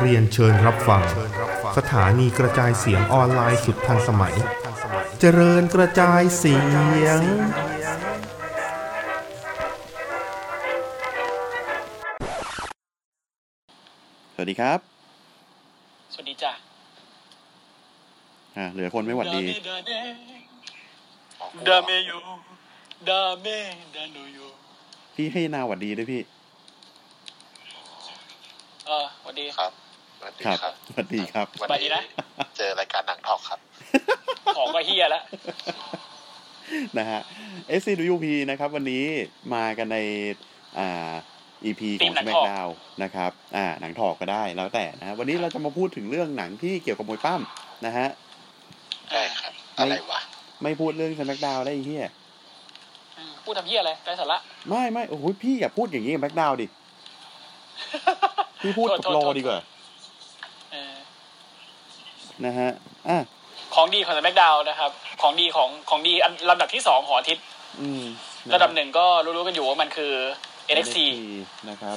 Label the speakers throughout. Speaker 1: เรียนเชิญรับฟัง สถานีกระจายเสียงออนไลน์สุดทันสมัย เจริญกระจายเสียง
Speaker 2: สวัสดีครับ
Speaker 3: สวัสดีจ้ะ
Speaker 2: อ่าเหลือคนไม่หวัดดี
Speaker 3: ดาเมดาเมยูดาเมดาโนยู
Speaker 2: พี่ให้นาหวัดดีด้วยพี่
Speaker 3: เออสวัสดี
Speaker 4: ครับสวัสดี
Speaker 2: ครับ
Speaker 4: ครับ
Speaker 2: สวัสดีครับ
Speaker 3: สวัสดีนะ
Speaker 4: เจอรายการหนังทอกครับ
Speaker 3: ของก็เฮียแล้ว
Speaker 2: นะฮะ SCWP นะครับวันนี้มากันในอ่า EP ของ SmackDown นะครับอ่าหนังถอกก็ได้แล้วแต่นะฮะวันนี้เราจะมาพูดถึงเรื่องหนังที่เกี่ยวกับมวยปั้มนะฮะ
Speaker 4: ได้ครับ อะไรวะ
Speaker 2: ไม่พูดเรื่อง SmackDown ได้ไอ้เฮีย
Speaker 3: อืมพูดทำเฮียอะไรไรสาระ
Speaker 2: ไม่ไม่โอ้ยพี่อย่าพูดอย่างนี้กับ SmackDown ดิ พี่พูดกับ
Speaker 3: โทษ
Speaker 2: โล
Speaker 3: โทษ
Speaker 2: ดีกว่า
Speaker 3: เออ
Speaker 2: นะฮะอ่ะ
Speaker 3: ของดีของสแมกดาวนะครับ ของดีของของดีอันลำดับที่สองของอาทิตย์
Speaker 2: อืมนฮ
Speaker 3: ระดับหนึ่งก็รู้ๆกันอยู่ว่ามันคือ NXT
Speaker 2: นะครับ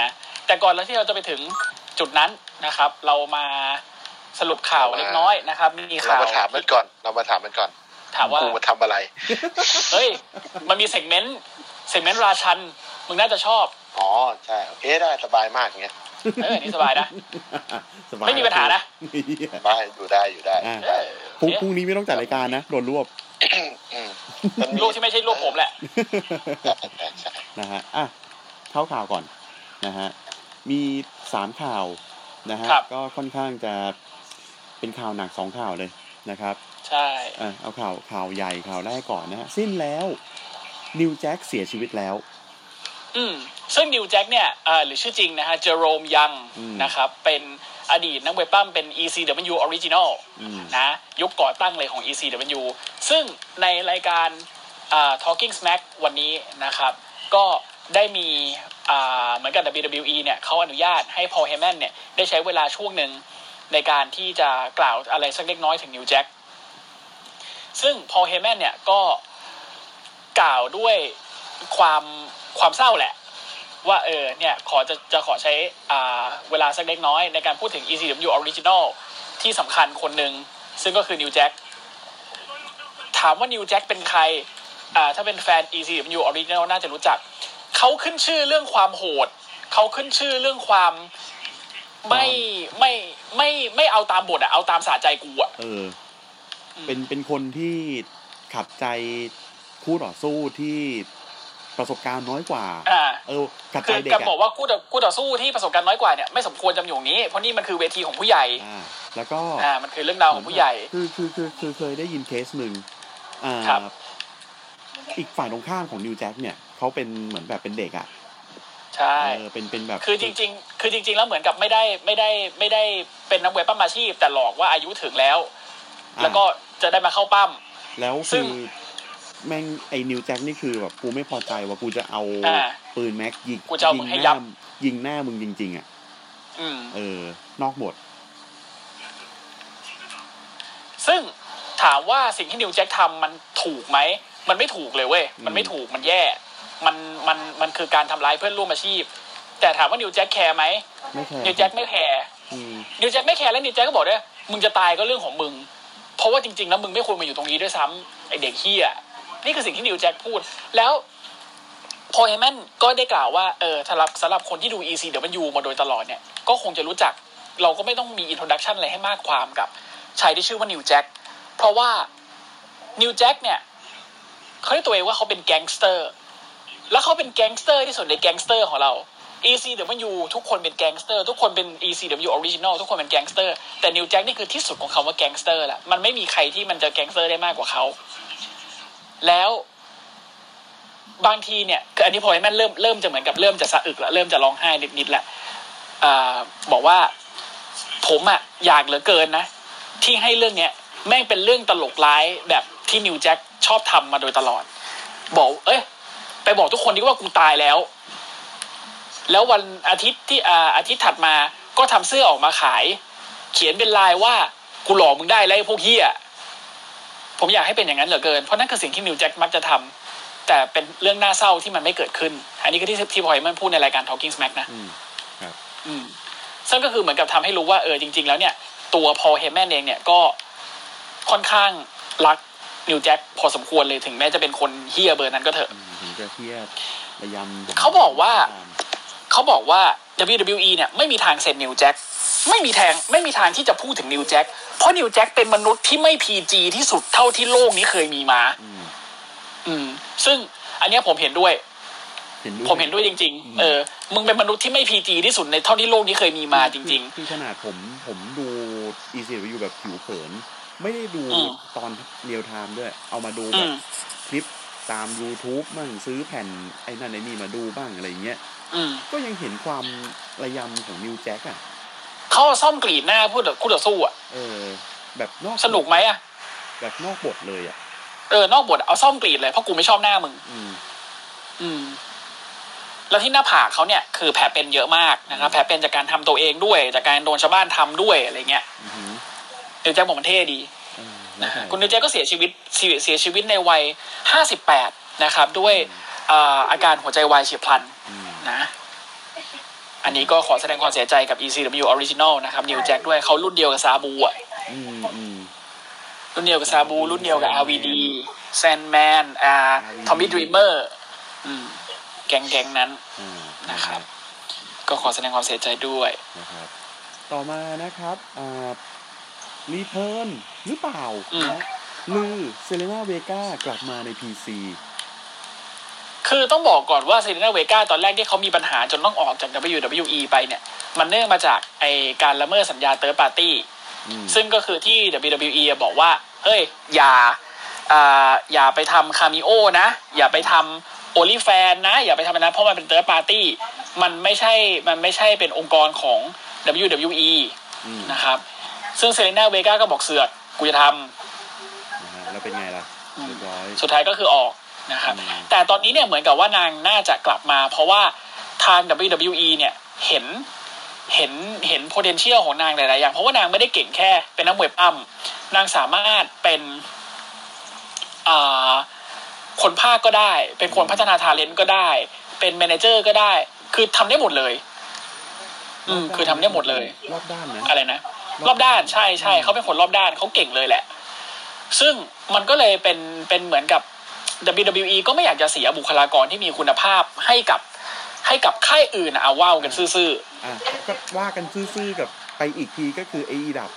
Speaker 3: นะแต่ก่อนแล้วที่เราจะไปถึงจุดนั้นนะครับ เรามาสรุปข่าว
Speaker 4: เรามา
Speaker 3: เล็กน้อยนะครับ มี
Speaker 4: เรา
Speaker 3: ข่าว
Speaker 4: มาถามมันก่อน เรามาถามมันก่อน
Speaker 3: ถามว่า
Speaker 4: กูมาทำอะไร
Speaker 3: เฮ้ย มันมีเซกเมนต์เซกเมนต์ราชัน มึงน่าจะชอบ
Speaker 4: อ๋อ ใช่ โอเค ได้ สบายมากเงี้ย
Speaker 3: เออนี่สบายนะ
Speaker 2: สบย
Speaker 3: ไม่มีปัญหานะ
Speaker 2: เหี้ย
Speaker 4: สบายอยู่ได้ อยู่ได้
Speaker 2: อ่า
Speaker 3: เออ
Speaker 2: พรุ่งพรุ่งนี้ไม่ต้องจัดรายการนะ โดนรวบ
Speaker 4: อืมมันมี
Speaker 3: ลูกที่ไม่ใช่ลูกผมแหละ
Speaker 4: ใช่ใช่
Speaker 2: นะฮะ อ่ะ เข้าข่าวก่อนนะฮะ มีสามข่าวนะฮะ
Speaker 3: ครับ
Speaker 2: ก็ค่อนข้างจะเป็นข่าวหนักสองข่าวเลยนะครับ
Speaker 3: ใช่
Speaker 2: อ่ะ เอาข่าวข่าวใหญ่ข่าวแรกก่อนนะฮะ สิ้นแล้ว นิวแจ็คเสียชีวิตแล้ว
Speaker 3: อืมซึ่งนิวแจ็คเนี่ยเอ่อหรือชื่อจริงนะฮะ เจอโรมยัง
Speaker 2: อืม
Speaker 3: นะครับ เป็นอดีตนักเวยปั้มเป็น ECW Original
Speaker 2: อืม
Speaker 3: นะยุคก่อตั้งเลยของ ECW ซึ่งในรายการอ่า Talking Smack วันนี้นะครับ ก็ได้มีอ่าเหมือนกับ WWE เนี่ยเขาอนุญาตให้ Paul Heyman เนี่ยได้ใช้เวลาช่วงหนึ่งในการที่จะกล่าวอะไรสักเล็กน้อยถึง New Jack ซึ่ง Paul Heyman เนี่ยก็กล่าวด้วยความความเศร้าแหละ ว่าเออเนี่ยขอจะจะขอใช้อ่าเวลาสักเล็กน้อยในการพูดถึง ECW Original ที่สำคัญคนหนึ่งซึ่งก็คือนิวแจ็คถามว่านิวแจ็คเป็นใครอ่าถ้าเป็นแฟน ECW Original น่าจะรู้จัก เขาขึ้นชื่อเรื่องความโหด เขาขึ้นชื่อเรื่องความไม่ไม่ไม่ไม่เอาตามบทอะเอาตามสาใจกูอะ
Speaker 2: เอออ
Speaker 3: ม
Speaker 2: เป็น เป็นคนที่ขับใจคู่ต่อสู้ที่ประสบการณ์น้อยกว่า
Speaker 3: อ่า
Speaker 2: เออ ขับใจ
Speaker 3: คือ
Speaker 2: เด็ก
Speaker 3: กับ
Speaker 2: อะ
Speaker 3: บอกว่าคู่ต่อคู่ต่อสู้ที่ประสบการณ์น้อยกว่าเนี่ยไม่สมควรจำอยู่อย่างนี้ เพราะนี่มันคือเวทีของผู้ใหญ่
Speaker 2: อ่า แล้วก็
Speaker 3: อ่ามันคือเรื่องราวของผู้ใหญ่
Speaker 2: คือคือคือคือเคยได้ยินเคสหนึ่งอ่า
Speaker 3: ครับ
Speaker 2: อีกฝ่ายตรงข้ามของนิวแจ็คเนี่ยเขาเป็นเหมือนแบบเป็นเด็กอ่ะ
Speaker 3: ใช่
Speaker 2: เออเป็นเป็นแบบ
Speaker 3: คือจริงๆ คือจริง ๆ แล้วเหมือนกับไม่ได้ไม่ได้ไม่ได้เป็นนักเวทปั้มอาชีพ แต่หลอกว่าอายุถึงแล้ว
Speaker 2: อ่ะ
Speaker 3: แล้วก็จะได้มาเข้าปั้ม
Speaker 2: แล้ว
Speaker 3: ซึ่
Speaker 2: คื
Speaker 3: ง
Speaker 2: อแม่งไอ้นิวแจ็คนี่คือแบบกูไม่พอใจว่ากูจะเอา
Speaker 3: อ่า
Speaker 2: ปืนแม็กยิง
Speaker 3: กูจะเอามึ
Speaker 2: ยิ
Speaker 3: ง
Speaker 2: ง
Speaker 3: ให้
Speaker 2: ห
Speaker 3: ยั
Speaker 2: น้า
Speaker 3: บ
Speaker 2: ยิงหน้ามึงจริง ๆ อ่ะ
Speaker 3: อืม
Speaker 2: เออนอกบท
Speaker 3: ซึ่งถามว่าสิ่งที่นิวแจ็คทำมันถูกไหม มันไม่ถูกเลยเว้ย มันไม่ถูก มันแย่ มัน มัน มันคือการทำร้ายเพื่อนร่วมอาชีพ แต่ถามว่านิวแจ็คแคร์ไหม
Speaker 2: ไม่แคร์
Speaker 3: นิวแจ็คไม่แคร์
Speaker 2: อืม
Speaker 3: นิวแจ็คไม่แคร์แล้วนิวแจ็คก็บอกด้วยมึงจะตายก็เรื่องของมึง เพราะว่าจริงๆแล้วมึงไม่ควรมาอยู่ตรงนี้ด้วยซ้ำไอเด็กเฮียนี่คือสิ่งที่นิวแจ็คพูด แล้วพอเฮมันก็ได้กล่าวว่าเออสำหรับสำหรับคนที่ดู ECW มาโดยตลอดเนี่ย ก็คงจะรู้จักเราก็ไม่ต้องมีอินโทรดักชันอะไรให้มากความกับชายที่ชื่อว่านิวแจ็คเพราะว่านิวแจ็คเนี่ยเขาเรียกตัวเองว่าเขาเป็นแก๊งสเตอร์ แล้วเขาเป็นแก๊งสเตอร์ที่สุดในแก๊งสเตอร์ของเรา ECW ทุกคนเป็นแก๊งสเตอร์ ทุกคนเป็น ECW original ทุกคนเป็นแก๊งสเตอร์ แต่นิวแจ็คนี่คือที่สุดของคำว่าแก๊งสเตอร์ละมันไม่มีใครที่มันจะแก๊งสเตอร์ได้มากกว่าเขา แล้วบางทีเนี่ยคืออันนี้พอให้มันเริ่มเริ่มจะเหมือนกับเริ่มจะสะอึกละเริ่มจะร้องไห้นิดๆละอ่าบอกว่าผมอะอยากเหลือเกินนะ ที่ให้เรื่องเนี้ยแม่งเป็นเรื่องตลกร้ายแบบที่นิวแจ็คชอบทำมาโดยตลอด บอก เอ้ย ไปบอกทุกคนดีกว่ากูตายแล้ว แล้ววันอาทิตย์ที่อ่าอาทิตย์ถัดมาก็ทำเสื้อออกมาขาย เขียนเป็นลายว่ากูหลอกมึงได้แล้วไอ้พวกเฮียผมอยากให้เป็นอย่างนั้นเหลือเกิน เพราะนั่นคือสิ่งที่นิวแจ็คมักจะทำ แต่เป็นเรื่องน่าเศร้าที่มันไม่เกิดขึ้น อันนี้ก็ที่ที่พอยมันพูดในรายการ Talking Smack นะ
Speaker 2: อืม
Speaker 3: อืมซึ่งก็คือเหมือนกับทำให้รู้ว่าเออจริง ๆ แล้วเนี่ย ตัวพอเฮแมนเองเนี่ยก็ค่อนข้างรักนิวแจ็คพอสมควรเลยถึงแม้จะเป็นคนเฮี้ยเบอร์นั้นก็เถอะ
Speaker 2: ถึงจะเทียบระยำ
Speaker 3: เขาบอกว่า เขาบอกว่า WWE เนี่ยไม่มีทางเซ็นนิวแจ็คไม่มีแทางไม่มีทางที่จะพูดถึงนิวแจ็คเพราะนิวแจ็คเป็นมนุษย์ที่ไม่ PG ที่สุดเท่าที่โลกนี้เคยมีมา
Speaker 2: อืม
Speaker 3: อืม ซึ่งอันเนี้ยผมเห็นด้วย
Speaker 2: เห็นด้วย
Speaker 3: ผมเห็นด้วยจริง ๆ เออ มึงเป็นมนุษย์ที่ไม่ PG ที่สุดในเท่าที่โลกนี้เคยมีมาจริง
Speaker 2: คือขนาดผมผมดูอีซีรีแบบผิวเผิน ไม่ได้ดู
Speaker 3: อืม
Speaker 2: ตอนเรียลไทม์ด้วย เอามาดู
Speaker 3: ๆ
Speaker 2: แบ
Speaker 3: อื
Speaker 2: บ
Speaker 3: ม
Speaker 2: คลิปตาม YouTube บ้างซื้อแผ่นไอ้นั่นไอ้นี่มาดูบ้างอะไรอย่างเงี้ย
Speaker 3: อืม
Speaker 2: ก็ยังเห็นความระยำของนิวแจ็คอ่ะ
Speaker 3: เข้าซ่อมกรีดหน้าพูดกับคู่ต่อสู้อ่ะ
Speaker 2: เออ แบบนอก
Speaker 3: สนุกไหมอ่ะ
Speaker 2: แบบนอกบทเลยอ่ะ
Speaker 3: เออนอกบทเอาซ่อมกรีดเลยเพราะกูไม่ชอบหน้ามึง
Speaker 2: อืม
Speaker 3: อืม แล้วที่หน้าผากเขาเนี่ยคือแผลเป็นเยอะมากนะครับแผลเป็นจากการทำตัวเองด้วย จากการโดนชาวบ้านทำด้วยอะไรเงี้ย
Speaker 2: อือหือ
Speaker 3: นิวแจ็คบอกมันเท่ดี
Speaker 2: เออแล้วแต่
Speaker 3: คุณนิวแจ็คก็เสียชีวิตเสียเสียชีวิตในวัยห้าสิบแปดนะครับ ด้วยเอ่ออาการหัวใจวายเฉียบพลัน
Speaker 2: อืม
Speaker 3: นะ อันนี้ก็ขอแสดงความเสียใจกับ ECW Original นะครับนิวแจ็คด้วยเขารุ่นเดียวกับซาบูอ่ะ
Speaker 2: อืมอืม
Speaker 3: รุ่นเดียวกับซาบู รุ่นเดียวกับ RVD s a n d m a n อ่า
Speaker 2: RVD
Speaker 3: ทอมมี่ดรีเมอร์แก๊งแก๊งๆนั้น
Speaker 2: อ่า
Speaker 3: นะครับ ก็ขอแสดงความเสียใจด้วย
Speaker 2: นะครับ ต่อมานะครับอ่ารีเทิร์นหรือเปล่า
Speaker 3: อืม
Speaker 2: นะลือเซเลนาเวกากลับมาใน PC
Speaker 3: คือต้องบอกก่อนว่าเซ l ีน a าเวกาตอนแรกที่เขามีปัญหาจนต้องออกจาก WWE ไปเนี่ย มันเนื่องมาจากไอการละเมิดสัญญาเตอร์ปาร์ตี้
Speaker 2: อืม
Speaker 3: ซึ่งก็คือที่ WWE อะบอกว่า เฮ้ย อย่าอ่าอย่าไปทำคาเมิโอนะ อย่าไปทำโอลิแฟนนะ อย่าไปทำอันนั้นเพราะมันเป็นเ h ิร์ p ปาร์ตี้ มันไม่ใช่ มันไม่ใช่เป็นองค์กรของ WWE
Speaker 2: อืมนะ
Speaker 3: นะครับ ซึ่งเซเลน่าเวกาก็บอกเสือก กูจะท
Speaker 2: ฮะแล้วเป็นไงล่ะเรียบร้อย
Speaker 3: ำ สุดท้ายก็คือออกนะครับ
Speaker 2: อืม
Speaker 3: แต่ตอนนี้เนี่ยเหมือนกับว่านางน่าจะกลับมา เพราะว่าทาง WWE เนี่ยเห็น เห็น เห็น potential ของนางหลาย ๆ อย่าง เพราะว่านางไม่ได้เก่งแค่เป็นนักมวยปั้ม นางสามารถเป็นอ่าคนภาคก็ได้ เป็นคนพัฒนาทาเลนต์ก็ได้ เป็นแมเนเจอร์ก็ได้ คือทำได้หมดเลย อืม คือทำได้หมดเลย
Speaker 2: รอบด้านนะ
Speaker 3: อะไรนะรอบด้านใช่ใช่
Speaker 2: อืม
Speaker 3: เขาเป็นคนรอบด้านเขาเก่งเลยแหละ ซึ่งมันก็เลยเป็นเป็นเหมือนกับ WWE ก็ไม่อยากจะเสียบุคลากรที่มีคุณภาพให้กับให้กับค่ายอื่นอะเอาว่าวกันซื่อ
Speaker 2: อ่ะก็ว่ากันซื่อๆกับไปอีกทีก็คือไออีดับ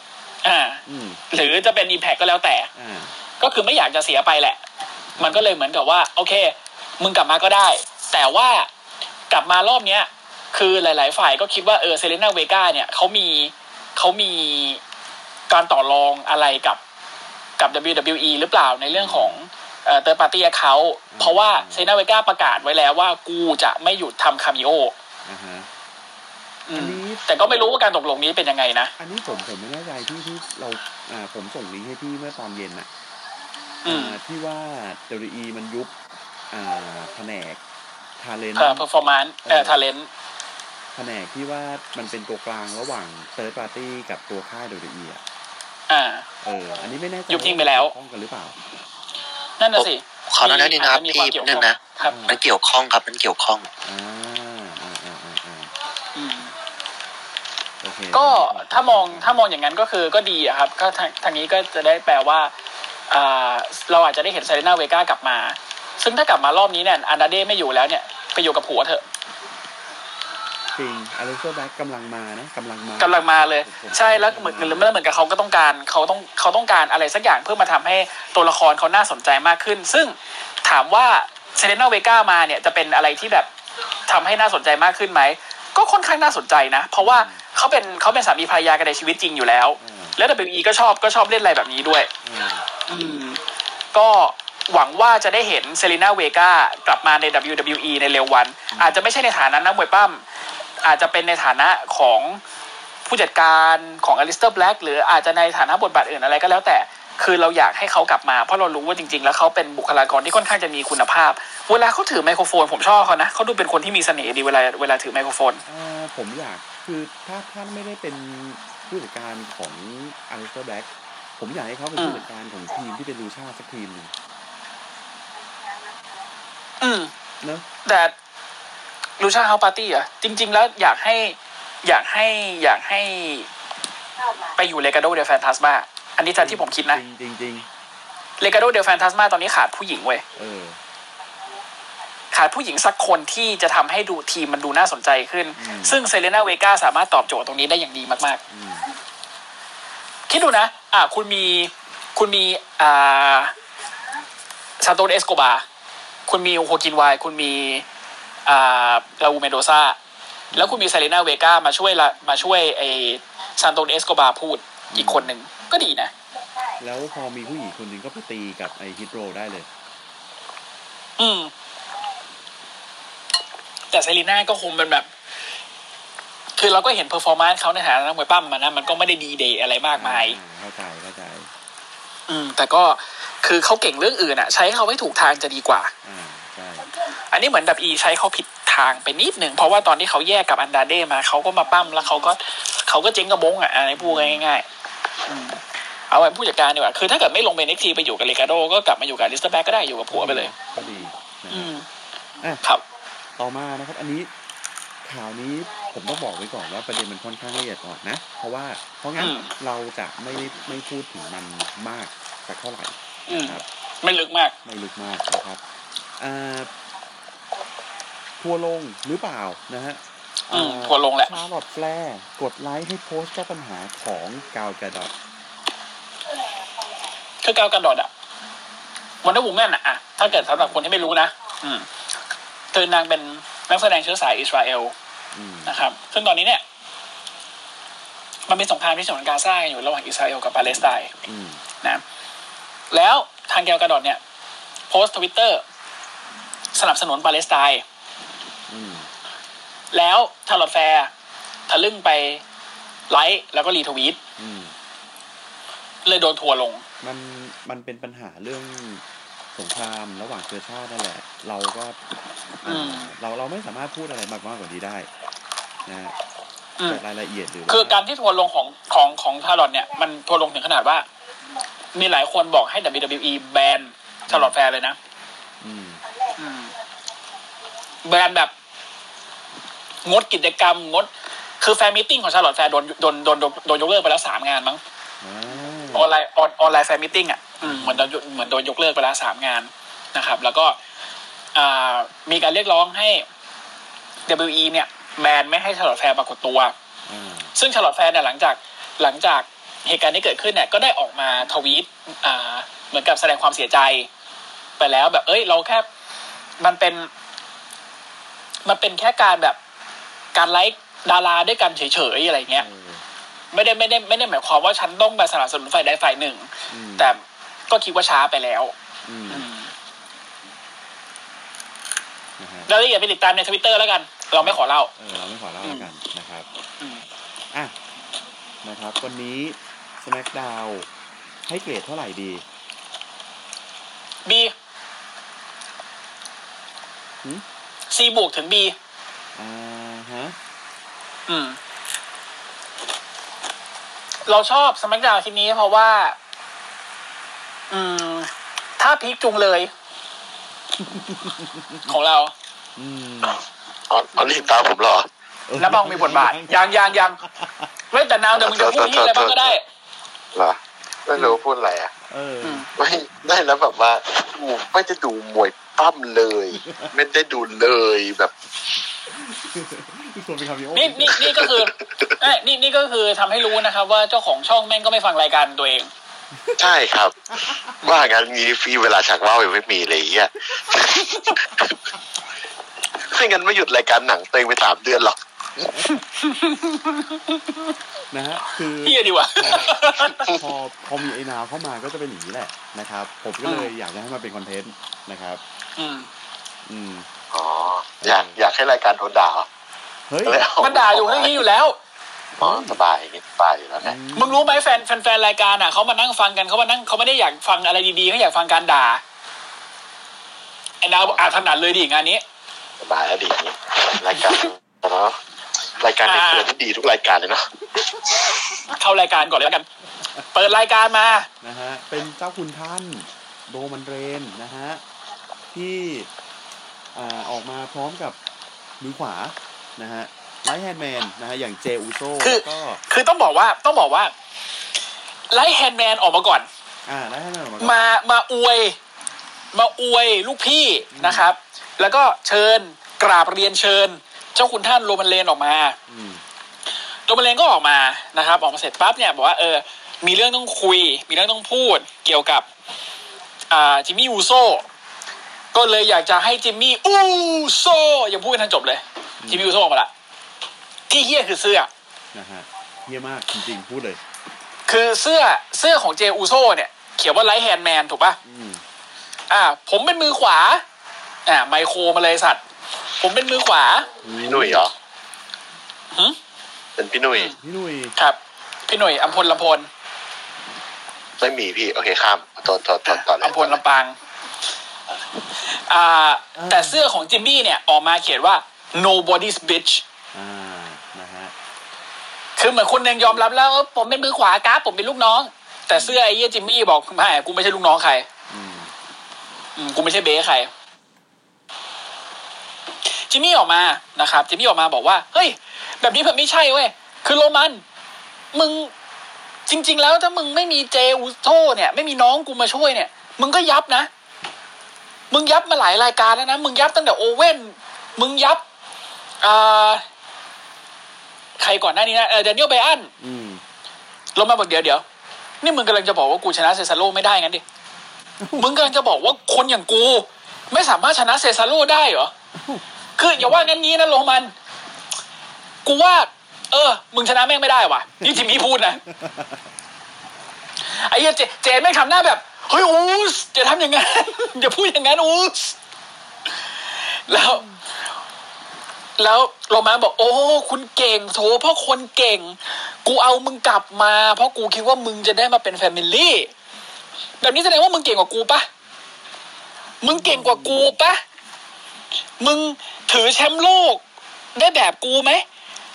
Speaker 3: ๆอ่า
Speaker 2: อืม
Speaker 3: หรือจะเป็น Impact ก็แล้วแต่
Speaker 2: อ่า
Speaker 3: ก็คือไม่อยากจะเสียไปแหละ มันก็เลยเหมือนกับว่า โอเค มึงกลับมาก็ได้ แต่ว่ากลับมารอบเนี้ย คือหลาย ๆ ฝ่ายก็คิดว่าเออเซเลน่าเวกาเนี่ยเขามีเขามีการต่อรองอะไรกับกับ WWE หรือเปล่าในเรื่องของเอ่อ third party account เพราะว่าเซเลน่าเวกาประกาศไว้แล้วว่ากูจะไม่หยุดทำคาเมิโอ
Speaker 2: อ่าฮะ
Speaker 3: อื
Speaker 2: อัน
Speaker 3: ม
Speaker 2: นี้
Speaker 3: แต่ก็ไม่รู้ว่าการตกลงนี้เป็นยังไงนะ
Speaker 2: อันนี้ผมผมไม่แน่ใจที่ที่เราอ่าผมส่งลิงก์ให้พี่เมื่อตอนเย็นน่ะ
Speaker 3: อืม
Speaker 2: อ่าที่ว่า WWE มันยุบอ่าแผนกทาเลน
Speaker 3: เอ่อ performance เอ่อ talent
Speaker 2: แผนกที่ว่ามันเป็นตัวกลางระหว่าง Third Party กับตัวค่าย WWE อ่ะ
Speaker 3: อ่า
Speaker 2: เอออันนี้ไม่แน่ใจ
Speaker 3: ยุบทิ้งไปแล้ว
Speaker 2: ข้องกันหรือเปล่า
Speaker 3: นั่นน่ะสิ
Speaker 5: ขอโทษนะนี่นะครับ
Speaker 3: มีความ
Speaker 5: พี่
Speaker 3: เกี่ยว
Speaker 5: นึ
Speaker 3: ข้อง ง
Speaker 5: นะ
Speaker 3: ครับ
Speaker 5: มันเกี่ยวข้องครับ มันเกี่ยวข้อง
Speaker 2: อ่าอ่าอ่าอ่าอ่า
Speaker 3: อืม
Speaker 2: โอเค
Speaker 3: ก็ถ้ามองถ้ามองอย่างนั้นก็คือก็ดีอะครับ ก็ทางทางนี้ก็จะได้แปลว่าอ่าเราอาจจะได้เห็นเซเลน่าเวก้ากลับมา ซึ่งถ้ากลับมารอบนี้เนี่ยอันดาเดไม่อยู่แล้วเนี่ย ไปอยู่กับผัวเถอะ
Speaker 2: จริงอเล็กซ์แบ็กกำลังมานะกำลังมาก
Speaker 3: ำลังมาเลย ใช่แล้วเหมือนหรือไม่เหมือนกับเขาก็ต้องการเขาต้องเขาต้องการอะไรสักอย่างเพื่อมาทำให้ตัวละครเขาน่าสนใจมากขึ้น ซึ่งถามว่าเซเลน่าเวก้ามาเนี่ยจะเป็นอะไรที่แบบทำให้น่าสนใจมากขึ้นไหมก็ค่อนข้างน่าสนใจนะ เพราะว่าเขาเป็นเขาเป็นสามีภรรยากันในชีวิตจริงอยู่แล้ว
Speaker 2: อ่า
Speaker 3: แล้ว WE ก็ชอบก็ชอบเล่นอะไรแบบนี้ด้วย
Speaker 2: อ่า
Speaker 3: อืมก็หวังว่าจะได้เห็นเซรีนาเวกากลับมาใน WWE ในเร็ววัน อาจจะไม่ใช่ในฐานะนักมวยปั้ม อาจจะเป็นในฐานะของผู้จัดการของอลิสเตอร์แบล็กหรืออาจจะในฐานะบทบาทอื่นอะไรก็แล้วแต่ คือเราอยากให้เขากลับมา เพราะเรารู้ว่าจริง ๆ แล้วเขาเป็นบุคลากรที่ค่อนข้างจะมีคุณภาพ เวลาเขาถือไมโครโฟนผมชอบเขานะเขาดูเป็นคนที่มีเสน่ห์ดีเวลาเวลาถือไมโครโฟน
Speaker 2: อ่าผมอยากคือถ้าท่านไม่ได้เป็นผู้จัดการของอเล็กซ์แบ็กผมอยากให้เขาเป็น
Speaker 3: อืม
Speaker 2: ผู้จัดการของทีมที่เป็นลูชาสักทีมหนึ่ง
Speaker 3: อืม
Speaker 2: เนอะ
Speaker 3: แต่ลูชาเฮาปาร์ตี้อ่ะ จริง ๆ แล้วอยากให้ อยากให้อยากให้ไปอยู่เลกาโดเดลแฟนทัสมาอันนี้จากที่ผมคิดนะ
Speaker 2: จริงจริง
Speaker 3: เลกาโดเดลแฟนทัสมาตอนนี้ขาดผู้หญิงเว้ย
Speaker 2: ๆเออ
Speaker 3: ขาดผู้หญิงสักคนที่จะทำให้ดูทีมมันดูน่าสนใจขึ้น
Speaker 2: อืม
Speaker 3: ซึ่งเซเลน่าเวกาสามารถตอบโจทย์ตรงนี้ได้อย่างดีมาก
Speaker 2: อืม
Speaker 3: ๆ คิดดูนะ อ่า คุณมี คุณมี อ่าซานโตเอสโกบา คุณมีโฮกินไวน์คุณมี อ่าลาอูเมโดซา แล้วคุณมีเซเลน่าเวกามาช่วยละ มาช่วยไอซานโตเอสโกบาพูดอีกคนหนึ่ง ก็ดีนะ
Speaker 2: แล้วพอมีผู้หญิงคนหนึ่งก็ไปตีกับไอฮิตโรได้เลย
Speaker 3: อืม แต่เซรีน่าก็คงเป็นแบบ คือเราก็เห็นเพอร์ฟอร์มนซ์เขาในฐานะนักมวยปั้มมานะ มันก็ไม่ได้ดีเดย์อะไรมากมาย
Speaker 2: อ่เข้าใจเข้าใจ
Speaker 3: อืม แต่ก็คือเขาเก่งเรื่องอื่นอะใช้เขาให้ถูกทางจะดีกว่า
Speaker 2: อ่าใช่
Speaker 3: อันนี้เหมือนดับอีใช้เขาผิดทางไปนิดหนึ่ง เพราะว่าตอนที่เขาแยกกับอันดาเดมาเขาก็มาปั้มแล้วเขาก็เขาก็เจ๊งกระบงอะอะไรพูดง่ายๆอืมเอาไว้ผู้จัดการดีกว่า คือถ้าเกิดไม่ลงเบนเอ็กทีไปอยู่กับเลกาโดก็กลับมาอยู่กับลิสเตอร์แบ็กก็ได้อยู่กับผัวไปเลย
Speaker 2: ก็ดีนะ
Speaker 3: อื
Speaker 2: ฮะ
Speaker 3: ม
Speaker 2: อ่ะ
Speaker 3: ครับ
Speaker 2: ต่อมานะครับ อันนี้ข่าวนี้ผมต้องบอกไว้ก่อนว่าประเด็นมันค่อนข้างละเอียดอ่อนนะ เพราะว่าเพราะงั้น
Speaker 3: อืม
Speaker 2: เราจะไม่ไม่พูดถึงมันมากสักเท่าไหร่
Speaker 3: อืม
Speaker 2: นะครับ
Speaker 3: ไม่ลึกมาก
Speaker 2: ไม่ลึกมากนะครับอ่าทัวร์ลงหรือเปล่านะฮะ
Speaker 3: อืมทัวร์ลงแหละ
Speaker 2: ชาร์ลอตแฟลร์กดไลค์ให้โพสต์แก้ปัญหาของกาวกระดอก
Speaker 3: คือกาวกันดอดอะวันเดอร์วูแมนอะอะถ้าเกิดสำหรับคนที่ไม่รู้นะอืมคือนางเป็นนักแสดงเชื้อสายอิสราเอล
Speaker 2: อืม
Speaker 3: นะครับ ซึ่งตอนนี้เนี่ย มันเป็นสงครามที่ฉนวนกาซากันอยู่ระหว่างอิสราเอลกับปาเลสไตน์
Speaker 2: อืม
Speaker 3: นะแล้วทางแกวกระดอดเนี่ย โพสต์ทวิตเตอร์สนับสนุนปาเลสไตน์
Speaker 2: อืม
Speaker 3: แล้วทารลอตแฟร์ทะลึ่งไปไลค์แล้วก็รีทวีต
Speaker 2: อืม
Speaker 3: เลยโดนทัวร์ลง
Speaker 2: มันมันเป็นปัญหาเรื่องสงครามระหว่างเชื้อชาตินั่นแหละ เราก็
Speaker 3: อืม
Speaker 2: อ่าเราเราไม่สามารถพูดอะไรมากมากกว่านี้ได้นะฮะ
Speaker 3: อืม
Speaker 2: แต่รายละเอียดหรือว่า
Speaker 3: คือการที่ทัวร์ลงของของของทารอนเนี่ยมันทัวร์ลงถึงขนาดว่า มีหลายคนบอกให้ WWE แบนชาร์ลอตแฟร์เลยนะ
Speaker 2: อืม
Speaker 3: แบนแบบ งดกิจกรรม งด คือแฟนมิทติ้งของชาร์ลอตแฟร์โดนโดนโดนโดนโดนยกเลิกไปแล้วสามงานมั้ง
Speaker 2: อ่า
Speaker 3: ออนไลน์ออนออนไลน์แฟนมิทติ้งอ่ะอืมเหมือนโดนเหมือนโดนยกเลิกไปแล้วสามงานนะครับ แล้วก็อ่ามีการเรียกร้องให้ WWE เนี่ยแบนไม่ให้ชาร์ลอตแฟร์ปรากฏตัว
Speaker 2: อ่า
Speaker 3: ซึ่งชาร์ลอตแฟนเนี่ยหลังจากหลังจากเหตุการณ์ที่เกิดขึ้นเนี่ยก็ได้ออกมาทวีตอ่าเหมือนกับแสดงความเสียใจ ไปแล้วแบบเอ้ยเราแค่มันเป็น มันเป็นแค่การแบบการไลค์ดาราด้วยกันเฉยๆอะไรเงี้ย
Speaker 2: เออ
Speaker 3: ไม่ได้ไม่ได้ไม่ได้หมายความว่าฉันต้องไปสนับสนุนฝ่ายใดฝ่ายหนึ่ง
Speaker 2: อืม
Speaker 3: แต่ก็คิดว่าช้าไปแล้ว
Speaker 2: อืมนะฮะ
Speaker 3: รายละเอียดไปติดตามในทวิตเตอร์แล้วกัน เราไม่ขอเล่า
Speaker 2: เออเราไม่ขอเล่าแล้วกันนะครับ
Speaker 3: อืม
Speaker 2: อ่ะ นะครับ วันนี้ SmackDown ให้เกรดเท่าไหร่ดี
Speaker 3: บี
Speaker 2: หืม
Speaker 3: ซีบวกถึงบี
Speaker 2: อ่าฮะ
Speaker 3: อืม เราชอบสมักดาวทีนี้เพราะว่า อืม ถ้าพีคจุงเลย ของเรา
Speaker 2: อืม
Speaker 4: อ๋ออ๋อรีบตามผมเหรอ
Speaker 3: แล้วบางมีบทบาทยังยังยัง เว้ยแต่นาวเดี๋ยวมึงจะพูดที่อะไรบ้างก็ได้
Speaker 4: เหรอ ไม่รู้พูดอะไรอ่ะ
Speaker 2: เอออ
Speaker 3: ม
Speaker 4: ไม่ได้แล้วแบบว่ากูไม่ได้ดูมวยปั้มเลย ไม่ได้ดูเลยแบบ
Speaker 2: ชวนไปทำย
Speaker 3: นี่นี่นี่ก็คือเอ้ยนี่นี่ก็คือทำให้รู้นะครับ ว่าเจ้าของช่องแม่งก็ไม่ฟังรายการตัวเอง
Speaker 4: ใช่ครับ ว่างั้นงี้ฟรีเวลาฉากว่าวยังไม่มีเลยไอ้เฮียไม่งั้นไม่หยุดรายการหนังเต็งไปสามเดือนหรอก
Speaker 2: นะฮะ คือ
Speaker 3: เฮียดี ว่ะ
Speaker 2: พอ พอมีไอ้นาวเข้ามาก็จะเป็นอย่างนี้แหละ นะครับ ผมก็เลยอยากจะให้มันเป็นคอนเทนต์ นะครับ
Speaker 3: อืม
Speaker 2: อืม
Speaker 4: อ๋อ อยากอยากให้รายการโดนด่าเหรอ
Speaker 2: เฮ้ย
Speaker 4: ก็เลยเ
Speaker 3: มันด่าอยู่ทั้งนี้อยู่แล้ว
Speaker 4: อ๋อสบายอย่างงี้สบายอยู่แล้วไง
Speaker 3: มึงรู้ไหมแฟนแฟนแฟนรายการอ่ะเขามานั่งฟังกันเขามานั่งเขาไม่ได้อยากฟังอะไรดีๆเขาอยากฟังการด่าไอ้นาวบอกอาถนัดเลยดิงานนี้
Speaker 4: สบายแล้วดีอย่างงี้รายการเนาะรายการในเครือที่ดีทุกรายการเลยเนาะ
Speaker 3: เข้ารายการก่อนเลยแล้วกัน เปิดรายการมา
Speaker 2: นะฮะเป็นเจ้าคุณท่านโดมันเรนนะฮะที่ อ่าออกมาพร้อมกับมือขวานะฮะไลท์แฮนด์แมนนะฮะอย่างเจอุโซ
Speaker 3: คือ
Speaker 2: แล้วก็
Speaker 3: คือต้องบอกว่าต้องบอกว่าไลท์แฮนด์แมนออกมาก่อน
Speaker 2: อ่าไลท์แฮนด์แมนออกมาก่อน
Speaker 3: มามาอวย มาอวยลูกพี่นะครับ แล้วก็เชิญกราบเรียนเชิญ เจ้าคุณท่านโรมันเลนออกมา
Speaker 2: อืม
Speaker 3: โดมันเลนก็ออกมานะครับ ออกมาเสร็จปั๊บเนี่ยบอกว่าเออมีเรื่องต้องคุย มีเรื่องต้องพูดเกี่ยวกับอ่าจิมมี่อูโซก็เลยอยากจะให้จิมมี่อูโซยังพูดไม่ทันจบเลยจิมมี่อูโซออกมาละที่เฮี้ยคือเสื้อ
Speaker 2: นะฮะเยี่ยมากจริงๆพูดเลย
Speaker 3: คือเสื้อเสื้อของเจอูโซเนี่ย เขียนว่าไลท์แฮนด์แมนถูกปะ
Speaker 2: อืม
Speaker 3: อ่าผมเป็นมือขวา อ่าไมโครมาเลยสัตว์ ผมเป็นมือขวา
Speaker 4: พี่หนุ่ยเหรอ
Speaker 3: หึ
Speaker 4: เป็นพี่หนุ่ย
Speaker 2: พี่หนุ่ย
Speaker 3: ครับ พี่หน่วยอัมพลลำพล
Speaker 4: ไม่มีพี่ โอเคข้ามตอนตอนตอนตอน
Speaker 3: อัมพลลำปางอ่าแต่เสื้อของจิมมี่เนี่ยออกมาเขียนว่า nobody's bitch
Speaker 2: อ่านะฮะ
Speaker 3: คือเหมือนคนหนึ่งยอมรับแล้วเออผมเป็นมือขวาครับผมเป็นลูกน้อง แต่เสื้อไอ้เหี้ยจิมมี่บอกไม่กูไม่ใช่ลูกน้องใคร
Speaker 2: อืม
Speaker 3: อืมกูไม่ใช่เบ้ใคร จิมมี่ออกมานะครับ จิมมี่ออกมาบอกว่า เฮ้ย แบบนี้มันไม่ใช่เว้ย คือโรมัน มึงจริง ๆ แล้วถ้ามึงไม่มีเจอุโทเนี่ย ไม่มีน้องกูมาช่วยเนี่ย มึงก็ยับนะ มึงยับมาหลายรายการแล้วนะ มึงยับตั้งแต่โอเว่น มึงยับอ่าใครก่อนหน้านี้นะเออเดนิเอลไบอัน
Speaker 2: อืม
Speaker 3: ลงมาบอกเดี๋ยวเดี๋ยวนี่มึงกำลังจะบอกว่ากูชนะเซซาโลไม่ได้งั้นดิ มึงกำลังจะบอกว่าคนอย่างกู ไม่สามารถชนะเซซาโร่ได้เหรอ คืออย่าว่างั้นงี้นะโรมัน กูว่า เออ มึงชนะแม่งไม่ได้ว่ะ นี่จิมมี่พูดนะ ไอ้เหี้ยเจเจแม่งทำหน้าแบบ เฮ้ยอูสอย่าทำอย่างนั้น อย่าพูดอย่างนั้นอูสแล้ว แล้วโรมันบอก โอ้ คุณเก่งโถเพราะคนเก่ง กูเอามึงกลับมา เพราะกูคิดว่ามึงจะได้มาเป็นแฟมิลี่ แบบนี้แสดงว่ามึงเก่งกว่ากูปะ มึงเก่งกว่ากูปะ มึงถือแชมป์โลกได้แบบกูไหม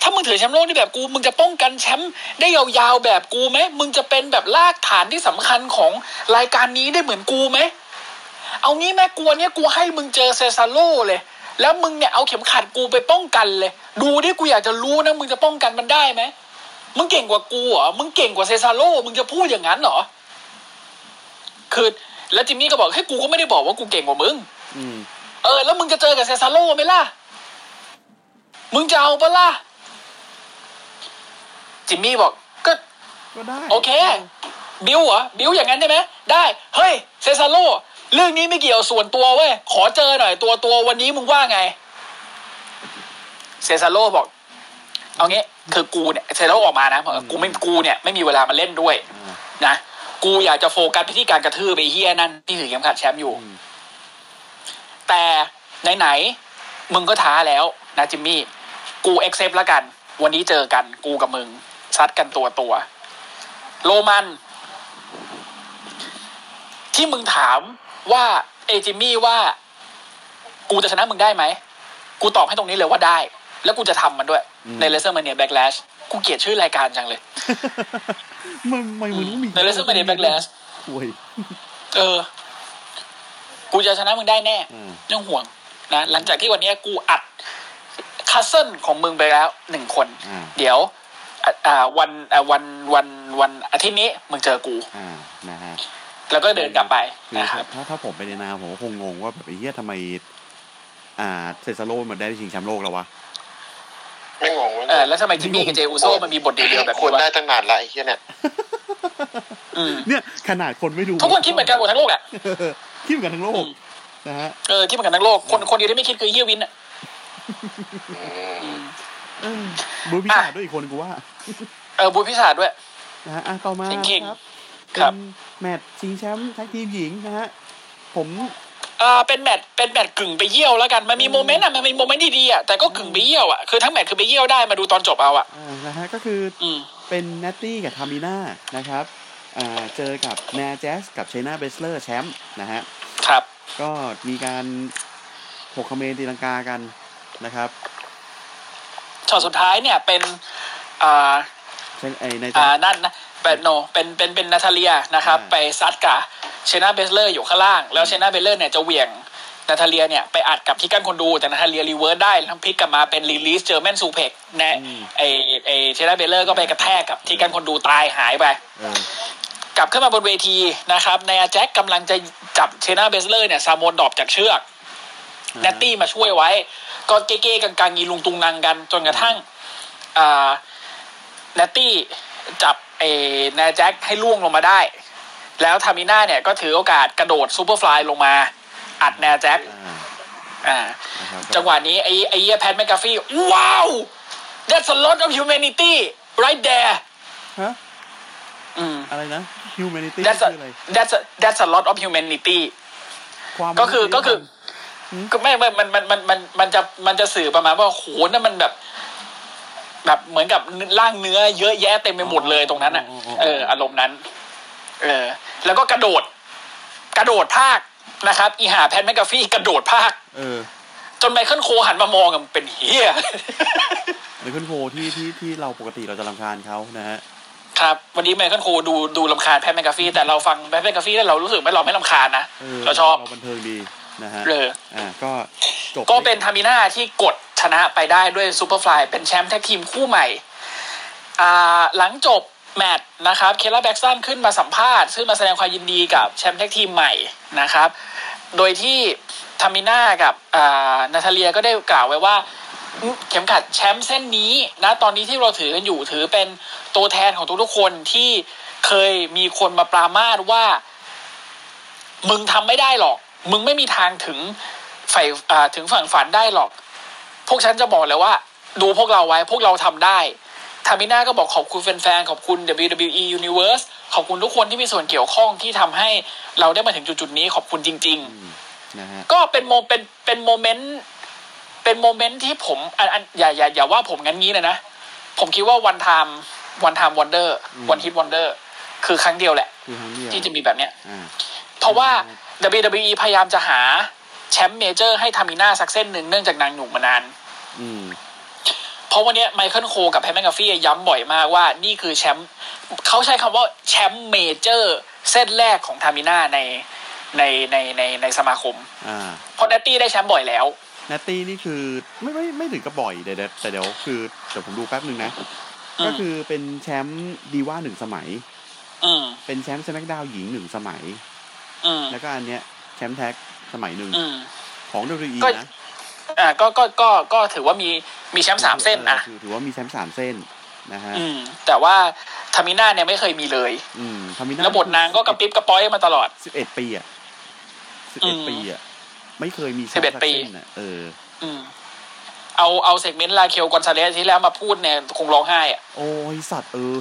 Speaker 3: ถ้ามึงถือแชมป์โลกได้แบบกู มึงจะป้องกันแชมป์ได้ยาวๆแบบกูไหม มึงจะเป็นแบบรากฐานที่สำคัญของรายการนี้ได้เหมือนกูไหม เอางี้แม่กลัวเนี่ยกูให้มึงเจอเซซาโร่เลย แล้วมึงเนี่ยเอาเข็มขัดกูไปป้องกันเลย ดูดิกูอยากจะรู้นะมึงจะป้องกันมันได้ไหม มึงเก่งกว่ากูเหรอ มึงเก่งกว่าเซซาโร่ มึงจะพูดอย่างนั้นเหรอ คือแล้วจิมมี่ก็บอกให้ยกูก็ไม่ได้บอกว่ากูเก่งกว่ามึง
Speaker 2: อืม
Speaker 3: เออ แล้วมึงจะเจอกับเซซาโร่ไหมล่ะ มึงจะเอาปะล่ะ จิมมี่บอกก็
Speaker 2: ก็ได้
Speaker 3: โอเค บิวเหรอ บิวอย่างนั้นใช่ไหม ได้ เฮ้ย เซซาโร่เรื่องนี้ไม่เกี่ยวส่วนตัวเว้ย ขอเจอหน่อยตัวตัววันนี้มึงว่าไง เซซาโร่บอก เอางี้ คือกูเนี่ย เซซาโร่ออกมานะบอกเออกูไม่กูเนี่ยไม่มีเวลามาเล่นด้วย
Speaker 2: อ่า
Speaker 3: นะกูอยากจะโฟกัสไปที่การกระทืบไปเฮียนั่นที่ถือเข็มขัดแชมป์อยู่
Speaker 2: อืม
Speaker 3: แต่ไหนๆมึงก็ท้าแล้วนะจิมมี่ กูเอ็กเซปละกัน วันนี้เจอกันกูกับมึง ซัดกันตัวตัวๆโรมัน ที่มึงถามว่าเอจิมมี่ว่า กูจะชนะมึงได้ไหม กูตอบให้ตรงนี้เลยว่าได้ แล้วกูจะทำมันด้วย ในเลเซอร์มาเนียแบ็กแลชกูเกลียดชื่อรายการจังเลย
Speaker 2: มันมันมันต้องมี
Speaker 3: ในเลเซอร์มาเนียแบ็กแลช
Speaker 2: โอ้ย
Speaker 3: เออ กูจะชนะมึงได้แน่
Speaker 2: อืม
Speaker 3: ไม่ต้องห่วงนะ หลังจากที่วันเนี้ยกูอัดคัสเซิลของมึงไปแล้วหนึ่งคน
Speaker 2: อ่า
Speaker 3: เดี๋ยวอ่ะอ่าวันอ่ะวันวันวันอาทิตย์นี้มึงเจอกู
Speaker 2: อ่านะฮะ
Speaker 3: แล้วก็เดินกลับไป
Speaker 2: คือ
Speaker 3: นะครับ
Speaker 2: ถ้าถ้าผมไปในนามผมก็คงงงว่าแบบไอ้เหี้ยทำไม อ่าเซซาโร่มันได้ชิงแชมป์โลกแล้ววะ
Speaker 4: ไม่งง
Speaker 3: เออ แล้วทำไมจิมมี่กับเจอูโซมันมีบทเดียวๆแบบ
Speaker 4: คว
Speaker 3: นี้
Speaker 4: รได้
Speaker 3: วะ
Speaker 4: ตั้งนานละไอ้เหี้ยเนี่ย
Speaker 3: อืม
Speaker 2: เนี่ย ขนาดคนไม่รู้
Speaker 3: ทุกคนคิดเหมือนกันหมดทั้งโลกอ่ะ
Speaker 2: คิดเหมือนกันทั้งโลกนะฮะ
Speaker 3: เออคิดเหมือนกันทั้งโลก คนคนเดียวที่ไม่คิดคือเฮียวินอ่ะ
Speaker 2: เออบูพิชาด้วยอีกคนกูว่า
Speaker 3: เออบุญพิศาจด้วย
Speaker 2: นะฮะอ่ะต่อมา
Speaker 3: จริงๆ
Speaker 2: ครับ
Speaker 3: ครับ
Speaker 2: เป็นแมตช์ชิงแชมป์แท็กทีมหญิงนะฮะ ผม
Speaker 3: อ่าเป็นแมตช์เป็นแมตช์กึ่งไปเยี่ยวแล้วกันมันมีโมเมนต์อ่ะมันมีโมเมนต์ดีๆอ่ะแต่ก็กึ่งไปเยี่ยวอ่ะคือทั้งแมตช์คือไปเยี่ยวได้มาดูตอนจบเอาอ่ะ
Speaker 2: อ่านะฮะ ก็คือ
Speaker 3: อืม
Speaker 2: เป็นแนตตี้กับทามิน่านะครับ อ่าเจอกับแนร์แจสกับไชน่าเบสเลอร์แชมป์นะฮะ
Speaker 3: ครับ
Speaker 2: ก็มีการถกคอมเมนต์ตีลังกากันนะครับ
Speaker 3: ช็อตสุดท้ายเนี่ยเป็นอ่า
Speaker 2: เช่นไอใน
Speaker 3: อ่า
Speaker 2: จาน
Speaker 3: นั่นนะเป็นโนเป็นเป็นเป็นนาทาเลียนะครับ
Speaker 2: อ่า
Speaker 3: ไปซัดกับเชนาเบสเลอร์อยู่ข้างล่าง แล้วเชนาเบสเลอร์เนี่ยจะเหวี่ยง นาธาเลียเนี่ยไปอัดกับที่กั้นคนดูแต่นาธาเลียรีเวิร์สได้ทั้งพลิกกลับมาเป็นรีลิสเจอแมนซูเพกนะ
Speaker 2: อืม
Speaker 3: ไอไอเทเลเบลเลอร์ก็ไปกระแทกกับที่กั้นคนดูตายหายไป
Speaker 2: เออก
Speaker 3: ลับขึ้นมาบนเวทีนะครับนายอาแจ็คกำลังจะจับเชนาเบสเลอร์เนี่ยซามอนดรอปจากเชือกแนตตี้มาช่วยไว้ ก็เก้ๆกังๆยีลุงตุงนังกัน จนกระทั่งอ่าแนตตี้จับเอนายอาแจ็คให้ล่วงลงมาได้ แล้วทามิน่าเนี่ยก็ถือโอกาสกระโดดซูเปอร์ฟลายลงมา อัดแนายอาแจ็ค
Speaker 2: อ่า
Speaker 3: อ่า
Speaker 2: นะครับ
Speaker 3: จังหวะนี้ไอ้ไอ้เหี้ยแพทแมกกาฟี่ว้าว that's a lot of humanity right there
Speaker 2: ฮะ
Speaker 3: อืม
Speaker 2: อะไรนะ humanity
Speaker 3: that's
Speaker 2: คื
Speaker 3: a
Speaker 2: ออะไร
Speaker 3: that's a that's a lot of humanity
Speaker 2: ความ
Speaker 3: ก็คือ
Speaker 2: มนุษยธรรม
Speaker 3: ก็คือก็ไม่ไม่มันมันมันมันมันจะมันจะสื่อประมาณว่าโหนั่นมันแบบ แบบเหมือนกับร่างเนื้อเยอะแยะเต็มไปหมดเลยตรงนั้นอ่ะ
Speaker 2: อ๋ออ๋ออ๋อ
Speaker 3: เอออารมณ์นั้น เออ แล้วก็กระโดด กระโดดภาคนะครับ อีหาแพทแมกกาฟี่กระโดดภาค
Speaker 2: เออ
Speaker 3: จนไมเคิลโคหันมามองอะมันเป็นเฮีย
Speaker 2: ไมเคิลโคที่ที่ที่เราปกติเราจะรำคาญเขานะฮะ
Speaker 3: ครับ วันนี้ไมเคิลโคดูดูลำคาญแพทแมกกาฟี่แต่เราฟังแพทแมกกาฟี่แล้วเรารู้สึกไม่าเราไม่ลำคาญนะ
Speaker 2: เออ
Speaker 3: เราชอบ
Speaker 2: เราบันเทิงดีนะฮะ
Speaker 3: เออ
Speaker 2: อ่าก็จบ
Speaker 3: ก็เป็นทามิน่าที่กดชนะไปได้ด้วยซูเปอร์ฟลายเป็นแชมป์แท็กทีมคู่ใหม่อ่าหลังจบแมตช์นะครับเคลล่าแบ็กซันขึ้นมาสัมภาษณ์ ซึ่งมาแสดงความยินดีกับแชมป์แท็กทีมใหม่นะครับ โดยที่ทามิน่ากับอ่านาทาเลียก็ได้กล่าวไว้ว่า เข็มขัดแชมป์เส้นนี้นะตอนนี้ที่เราถือกันอยู่ถือเป็นตัวแทนของทุกๆคนที่เคยมีคนมาปรามาสว่า มึงทำไม่ได้หรอก มึงไม่มีทางถึงฝ่ายอ่าถึงฝั่งฝันได้หรอก พวกฉันจะบอกเลยว่า ดูพวกเราไว้พวกเราทำได้ ทามิน่าก็บอกขอบคุณแฟนๆ ขอบคุณ WWE Universe ขอบคุณทุกคนที่มีส่วนเกี่ยวข้องที่ทำให้เราได้มาถึงจุดๆนี้ขอบคุณจริง ๆ
Speaker 2: นะฮะ
Speaker 3: ก็เป็นโมเป็นเป็นโมเมนต์เป็นโมเมนต์ที่ผมอันอันอย่าอย่าอย่าว่าผมงั้นงี้เลยนะ ผมคิดว่าวันไทม์วันไทม์วันเดอร์
Speaker 2: อืม
Speaker 3: วันฮิตวันเดอร์คือครั้งเดียวแหละ
Speaker 2: คือครั้งเดียว
Speaker 3: ที่จะมีแบบเนี้ย
Speaker 2: อ่า
Speaker 3: เพราะว่า WWE พยายามจะหาแชมป์เมเจอร์ให้ทามิน่าสักเส้นหนึ่งเนื่องจากนางหนุ่มมานาน
Speaker 2: อืม
Speaker 3: เพราะวันเนี้ยไมเคิลโคกับแพทแมกกาฟี่ย้ำบ่อยมากว่านี่คือแชมป์เขาใช้คำว่าแชมป์เมเจอร์เส้นแรกของทามิน่าในในในในในสมาคม
Speaker 2: อ่า
Speaker 3: เพราะแนตตี้ได้แชมป์บ่อยแล้ว
Speaker 2: แนตตี้นี่คือไม่ไม่ไม่ถึงกับบ่อยเดี๋ยวเดี๋ยวแต่เดี๋ยวคือเดี๋ยวผมดูแป๊บหนึ่งนะ
Speaker 3: อืม
Speaker 2: ก็คือเป็นแชมป์ดีว่าหนึ่งสมัย
Speaker 3: อืม
Speaker 2: เป็นแชมป์สแมกดาวหญิงหนึ่งสมัย
Speaker 3: อืม
Speaker 2: แล้วก็อันเนี้ยแชมป์แท็กสมัยหนึ่ง
Speaker 3: อืม
Speaker 2: ของ WWE
Speaker 3: ก็
Speaker 2: นะ
Speaker 3: อ่าก็ก็ก็ก็ถือว่ามีมีแชมป์สามเส้นนะ
Speaker 2: ออถือถือว่ามีแชมป์สามเส้นนะฮะ
Speaker 3: อืม แต่ว่าทามิน่าเนี่ยไม่เคยมีเลย
Speaker 2: อืมทามิน่า
Speaker 3: แล้วบทนางก็กระปิบกระป้อยมาตลอด
Speaker 2: สิบเอ็ดปีอ่ะสิบ
Speaker 3: อื
Speaker 2: เอ็ด
Speaker 3: ม
Speaker 2: ปีอ่ะ ไม่เคยมี
Speaker 3: 11
Speaker 2: แชมสัก
Speaker 3: ปี
Speaker 2: เส้นน่ะเออ
Speaker 3: อืม เอาเอาเซกเมนต์ลาเคียวกอนซาเลสที่แล้วมาพูดเนี่ย คงร้องไห้อะ
Speaker 2: โอ้ย สัตว์เออ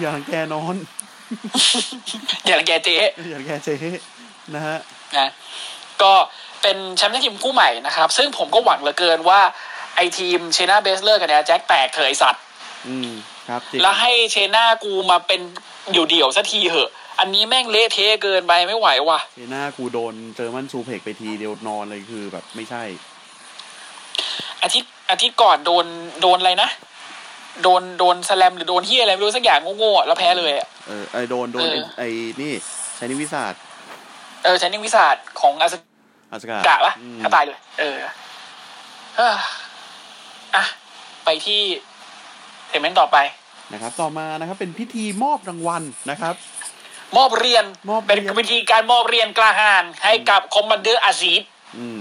Speaker 2: อย่างแกนอน
Speaker 3: อย่ารังแกเจ๊
Speaker 2: อย่างแกเจ๊นะฮะ
Speaker 3: นะก็เป็นแชมป์ทีมคู่ใหม่นะครับ ซึ่งผมก็หวังเหลือเกินว่า ไอทีมเชนาเบสเลอร์กับแนยแจ็คแตกเถอะไอสัตว์
Speaker 2: อืม ครับจริง
Speaker 3: แล้วให้เชนากูมาเป็นเดี่ยวๆสักทีเหอะ อันนี้แม่งเละเทะเกินไปไม่ไหวว่ะ
Speaker 2: เจน่ากูโดนเจอมันซูเพกไปทีเดียวนอนเลยคือแบบไม่ใช่
Speaker 3: อาทิตย์อาทิตย์ก่อนโดนโดนอะไรนะ โดนโดนสแลมหรือโดนที่อะไรไม่รู้สักอย่างโง่ๆอะแล้วแพ้เลยอะ
Speaker 2: เออไอโดนโดน
Speaker 3: เออ
Speaker 2: ไอ้นี่ชนิวิศาสตร์
Speaker 3: เออใช้นิ่งวิสาสของอาส
Speaker 2: อาสกาก
Speaker 3: ะปะ
Speaker 2: อืม
Speaker 3: ถ้าตายเลย เออเอ้ออ่ะไปที่เซมเมนต์ต่อไป
Speaker 2: นะครับ ต่อมานะครับ เป็นพิธีมอบรางวัลนะครับ
Speaker 3: มอบเรียน
Speaker 2: มอบเรียน
Speaker 3: เป็นวิธีการมอบเรียนกล้าหาญให้กับคอมมานเดอร์อาซีด
Speaker 2: อืม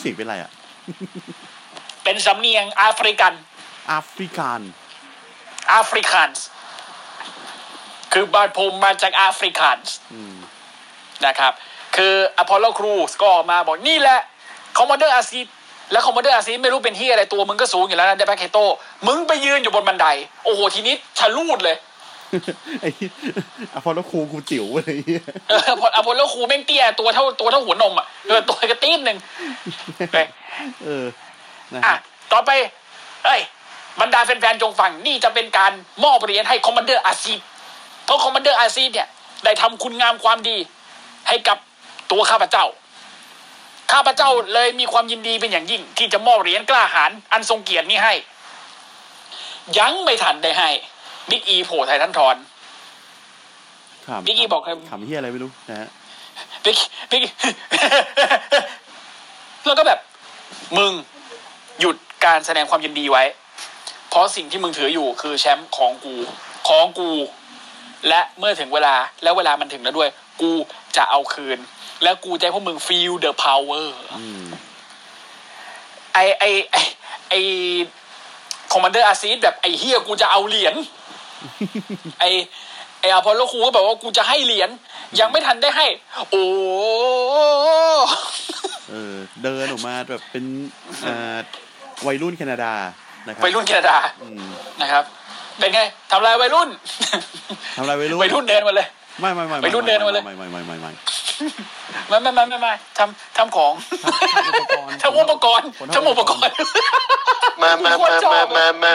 Speaker 2: เสียงเป็นไรอ่ะ
Speaker 3: เป็นสำเนียงแอฟริกัน
Speaker 2: แอฟริกัน
Speaker 3: แอฟริกันส์คือบ้านผมมาจากแอฟริกันส์
Speaker 2: อืม
Speaker 3: นะครับ คืออพอลโลครูสก็ออกมาบอกนี่แหละคอมมานเดอร์อาซีแล้วคอมมานเดอร์อาซีไม่รู้เป็นที่อะไรตัวมึงก็สูงอยู่แล้วนะเดบาเคโต มึงไปยืนอยู่บนบันได โอ้โห ทีนี้ทะลูดเลย
Speaker 2: ไอ้อพอลโลครูกูจิ๋วอะไรเงี้ย
Speaker 3: เออพออพอลโลครูแม่งเตี้ยตัวเท่าตัวเท่าหัวนมอ่ะเออตัวกระตีนหนึ่งไป
Speaker 2: เออ นะ
Speaker 3: อ่ะ
Speaker 2: ฮะ
Speaker 3: ต่อไป เอ้ย บรรดาแฟนๆจงฟังนี่จะเป็นการมอบเหรียญให้คอมมานเดอร์อาซีเพราะคอมมานเดอร์อาซีเนี่ย ได้ทำคุณงามความดี ให้กับตัวข้าพเจ้า ข้าพเจ้าเลยมีความยินดีเป็นอย่างยิ่ง ที่จะมอบเหรียญกล้าหาญอันทรงเกียรตินี้ให้ ยังไม่ทันได้ให้บิ๊กอีโผล่ไททันทอน
Speaker 2: ขำ
Speaker 3: นิกกี้บอกให้
Speaker 2: ขำเฮียอะไรไม่รู้นะฮะ
Speaker 3: บิ๊กบิ๊ก แล้วก็แบบมึงหยุดการแสดงความยินดีไว้ เพราะสิ่งที่มึงถืออยู่คือแชมป์ของกู ของกู และเมื่อถึงเวลาแล้วเวลามันถึงแล้วด้วย กูจะเอาคืน แล้วกูจะให้พวกมึง feel the power
Speaker 2: อืม
Speaker 3: ไอไอไอไอคอมมานเดอร์อาซีดแบบไอเฮียกูจะเอาเหรียญ ไอไออพอลโลครูก็บอกว่ากูจะให้เหรียญยังไม่ทันได้ให้ โอ้
Speaker 2: เออเดินออกมาแบบ เป็นอ่าวัยรุ่นแคนาดานะครับ
Speaker 3: วัยรุ่นแคนาดา
Speaker 2: อืม
Speaker 3: นะครับ เป็นไงทำลายวัยรุ่น
Speaker 2: ทำอะไรวัยรุ่น
Speaker 3: วัยรุ่นเดินมาเลย
Speaker 2: ไม่ไม่ไม่ไม่
Speaker 3: วัยรุ่นเดินมาเลย
Speaker 2: ไม่ไม่ไม่ไม่ไม่
Speaker 3: ไม่ไม่ไม่ไม่ไม่ทำทำของทำอุปกรณ์
Speaker 2: ผม
Speaker 3: ทำ
Speaker 2: ทำอุ
Speaker 3: อุป
Speaker 2: ป
Speaker 3: ก
Speaker 2: ก
Speaker 3: ร
Speaker 2: รณ์
Speaker 3: ณ์
Speaker 4: มามามามามา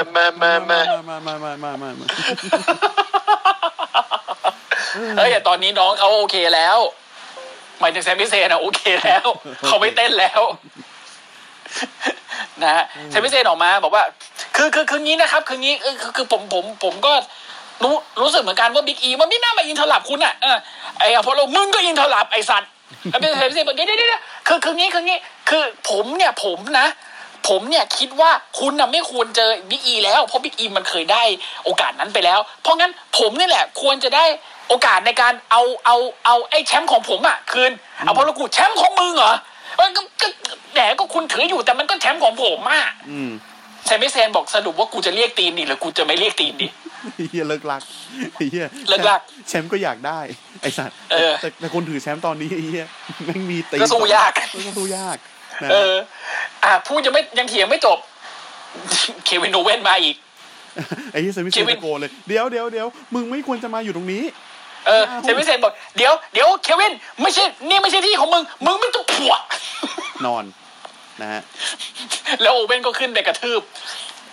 Speaker 4: มามามามา
Speaker 2: มามามามามามา
Speaker 3: เอ้ยแต่ตอนนี้น้องเขาโอเคแล้วหมายถึงแซมพิเซนอะโอเคแล้ว เขาไม่เต้นแล้ว นะฮะแซมพิเซนออกมาบอกว่า คือคือคืองี้นะครับ คืองี้เออคือคือผมผม ผมก็รู้รู้สึกเหมือนกันว่าบิ๊กอีมันไม่น่ามาอินเทอร์ลับคุณอะเออไอ้อพอลโลมึงก็อินเทอร์ลับไอ้สัตว์ แล้วเป็นแซมพิเซนบอกเดี๋ยวเดี๋ยวเดี๋ยวคือคืองี้คืองี้ คือผมเนี่ยผมนะ ผมเนี่ยคิดว่าคุณน่ะไม่ควรเจอบิ๊กอีแล้ว เพราะบิ๊กอีมันเคยได้โอกาสนั้นไปแล้ว เพราะงั้นผมนี่แหละควรจะได้โอกาสในการเอาเอาเอาไอ้แชมป์ของผมอะคืนเอาพอลกูแชมป์ของมึงเหรอเออก็ก็แหมก็คุณถืออยู่แต่มันก็แชมป์ของผมอะ
Speaker 2: อืม
Speaker 3: เซมิเซนบอกสรุปว่ากูจะเรียกตีนดิหรือกูจะไม่เรียกตีนดิ
Speaker 2: เฮียเลิกลักเฮีย
Speaker 3: เลิกลัก
Speaker 2: แชมป์ก็อยากได้ไอสัตว์
Speaker 3: เออ
Speaker 2: แต่แต่คนถือแชมป์ตอนนี้เฮียแม่งมีตี
Speaker 3: ก็สู้ยาก
Speaker 2: ก็สู้ยากนะ
Speaker 3: เออ อ่ะพูดยังไม่ยังเถียงไม่จบ เควินโอเว่นมาอีก
Speaker 2: ไอ้เฮียเซมิ
Speaker 3: ชี
Speaker 2: เซน
Speaker 3: วิต
Speaker 2: ตะโกนเลยเดี๋ยวเดี๋ยวเดี๋ยวมึงไม่ควรจะมาอยู่ตรงนี้
Speaker 3: เออเซมิเซนบอกเดี๋ยวเดี๋ยวเควินไม่ใช่นี่ไม่ใช่ที่ของมึง มึงไม่ต้องผัว
Speaker 2: นอนนะฮะ
Speaker 3: แล้วโอเว่นก็ขึ้นไปกระทืบ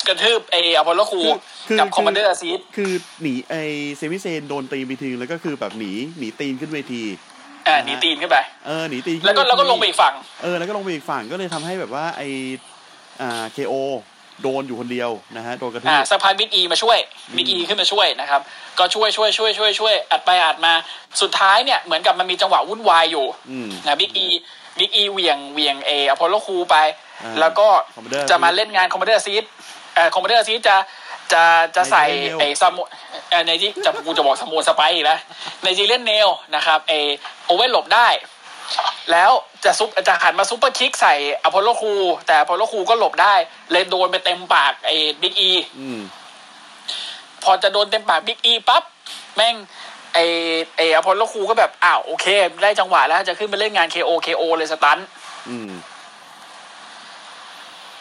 Speaker 3: กระทืบไอ้อพอลโลครู
Speaker 2: คือ
Speaker 3: กับคอมมานเดอร์อาซี
Speaker 2: คือหนีไอเซมิเซนโดนตีนไปทีนึงแล้วก็คือแบบหนีหนีตีนขึ้นเวที
Speaker 3: อ่าหนีตีนขึ้นไป
Speaker 2: เออหนีตีนขึ้น
Speaker 3: แล้วก็
Speaker 2: เที
Speaker 3: แล้วก็ลงไปอีกฝั่ง
Speaker 2: เออแล้วก็ลงไปอีกฝั่งก็เลยทำให้แบบว่าไออ่าเคโอโดนอยู่คนเดียวนะฮะโดนกระทื
Speaker 3: อ่า
Speaker 2: บ
Speaker 3: สะพานบิ๊กอีมาช่วยบิ๊กอีขึ้นมาช่วยนะครับ ก็ช่วยช่วยช่วยช่วยช่วยอัดไปอัดมา สุดท้ายเนี่ยเหมือนกับมันมีจังหวะวุ่นวายอยู่
Speaker 2: อืม
Speaker 3: นะบิ๊กอีบิ๊กอีเหวียงเหวียงเออพอลโลครูไป
Speaker 2: อ่า
Speaker 3: แล้วก็
Speaker 2: Commander
Speaker 3: จะมาเล่นงานคอมมานเดอร์ซีดเอ่อคอมมานเดอร์ซีดจะจะจะใส่
Speaker 2: ในจีเรียล
Speaker 3: ไอ้ซามเอ่อในที่จะกูจะบอกสมูนสไปร์อีกแล้วในจีเล่นเนลนะครับไอ้โอเว่นหลบได้ แล้วจะซุปจะหันมาซุปเปอร์คิกใส่อพอลโลครูแต่อพอลโลครูก็หลบได้ เลยโดนไปเต็มปากไอ้บิ๊กอี
Speaker 2: อืม
Speaker 3: พอจะโดนเต็มปากบิ๊กอีปั๊บแม่งไอไออพอลโลครูก็แบบอ้าวโอเค ได้จังหวะแล้วจะขึ้นไปเล่นงาน KO KO เลยสตัน
Speaker 2: อืม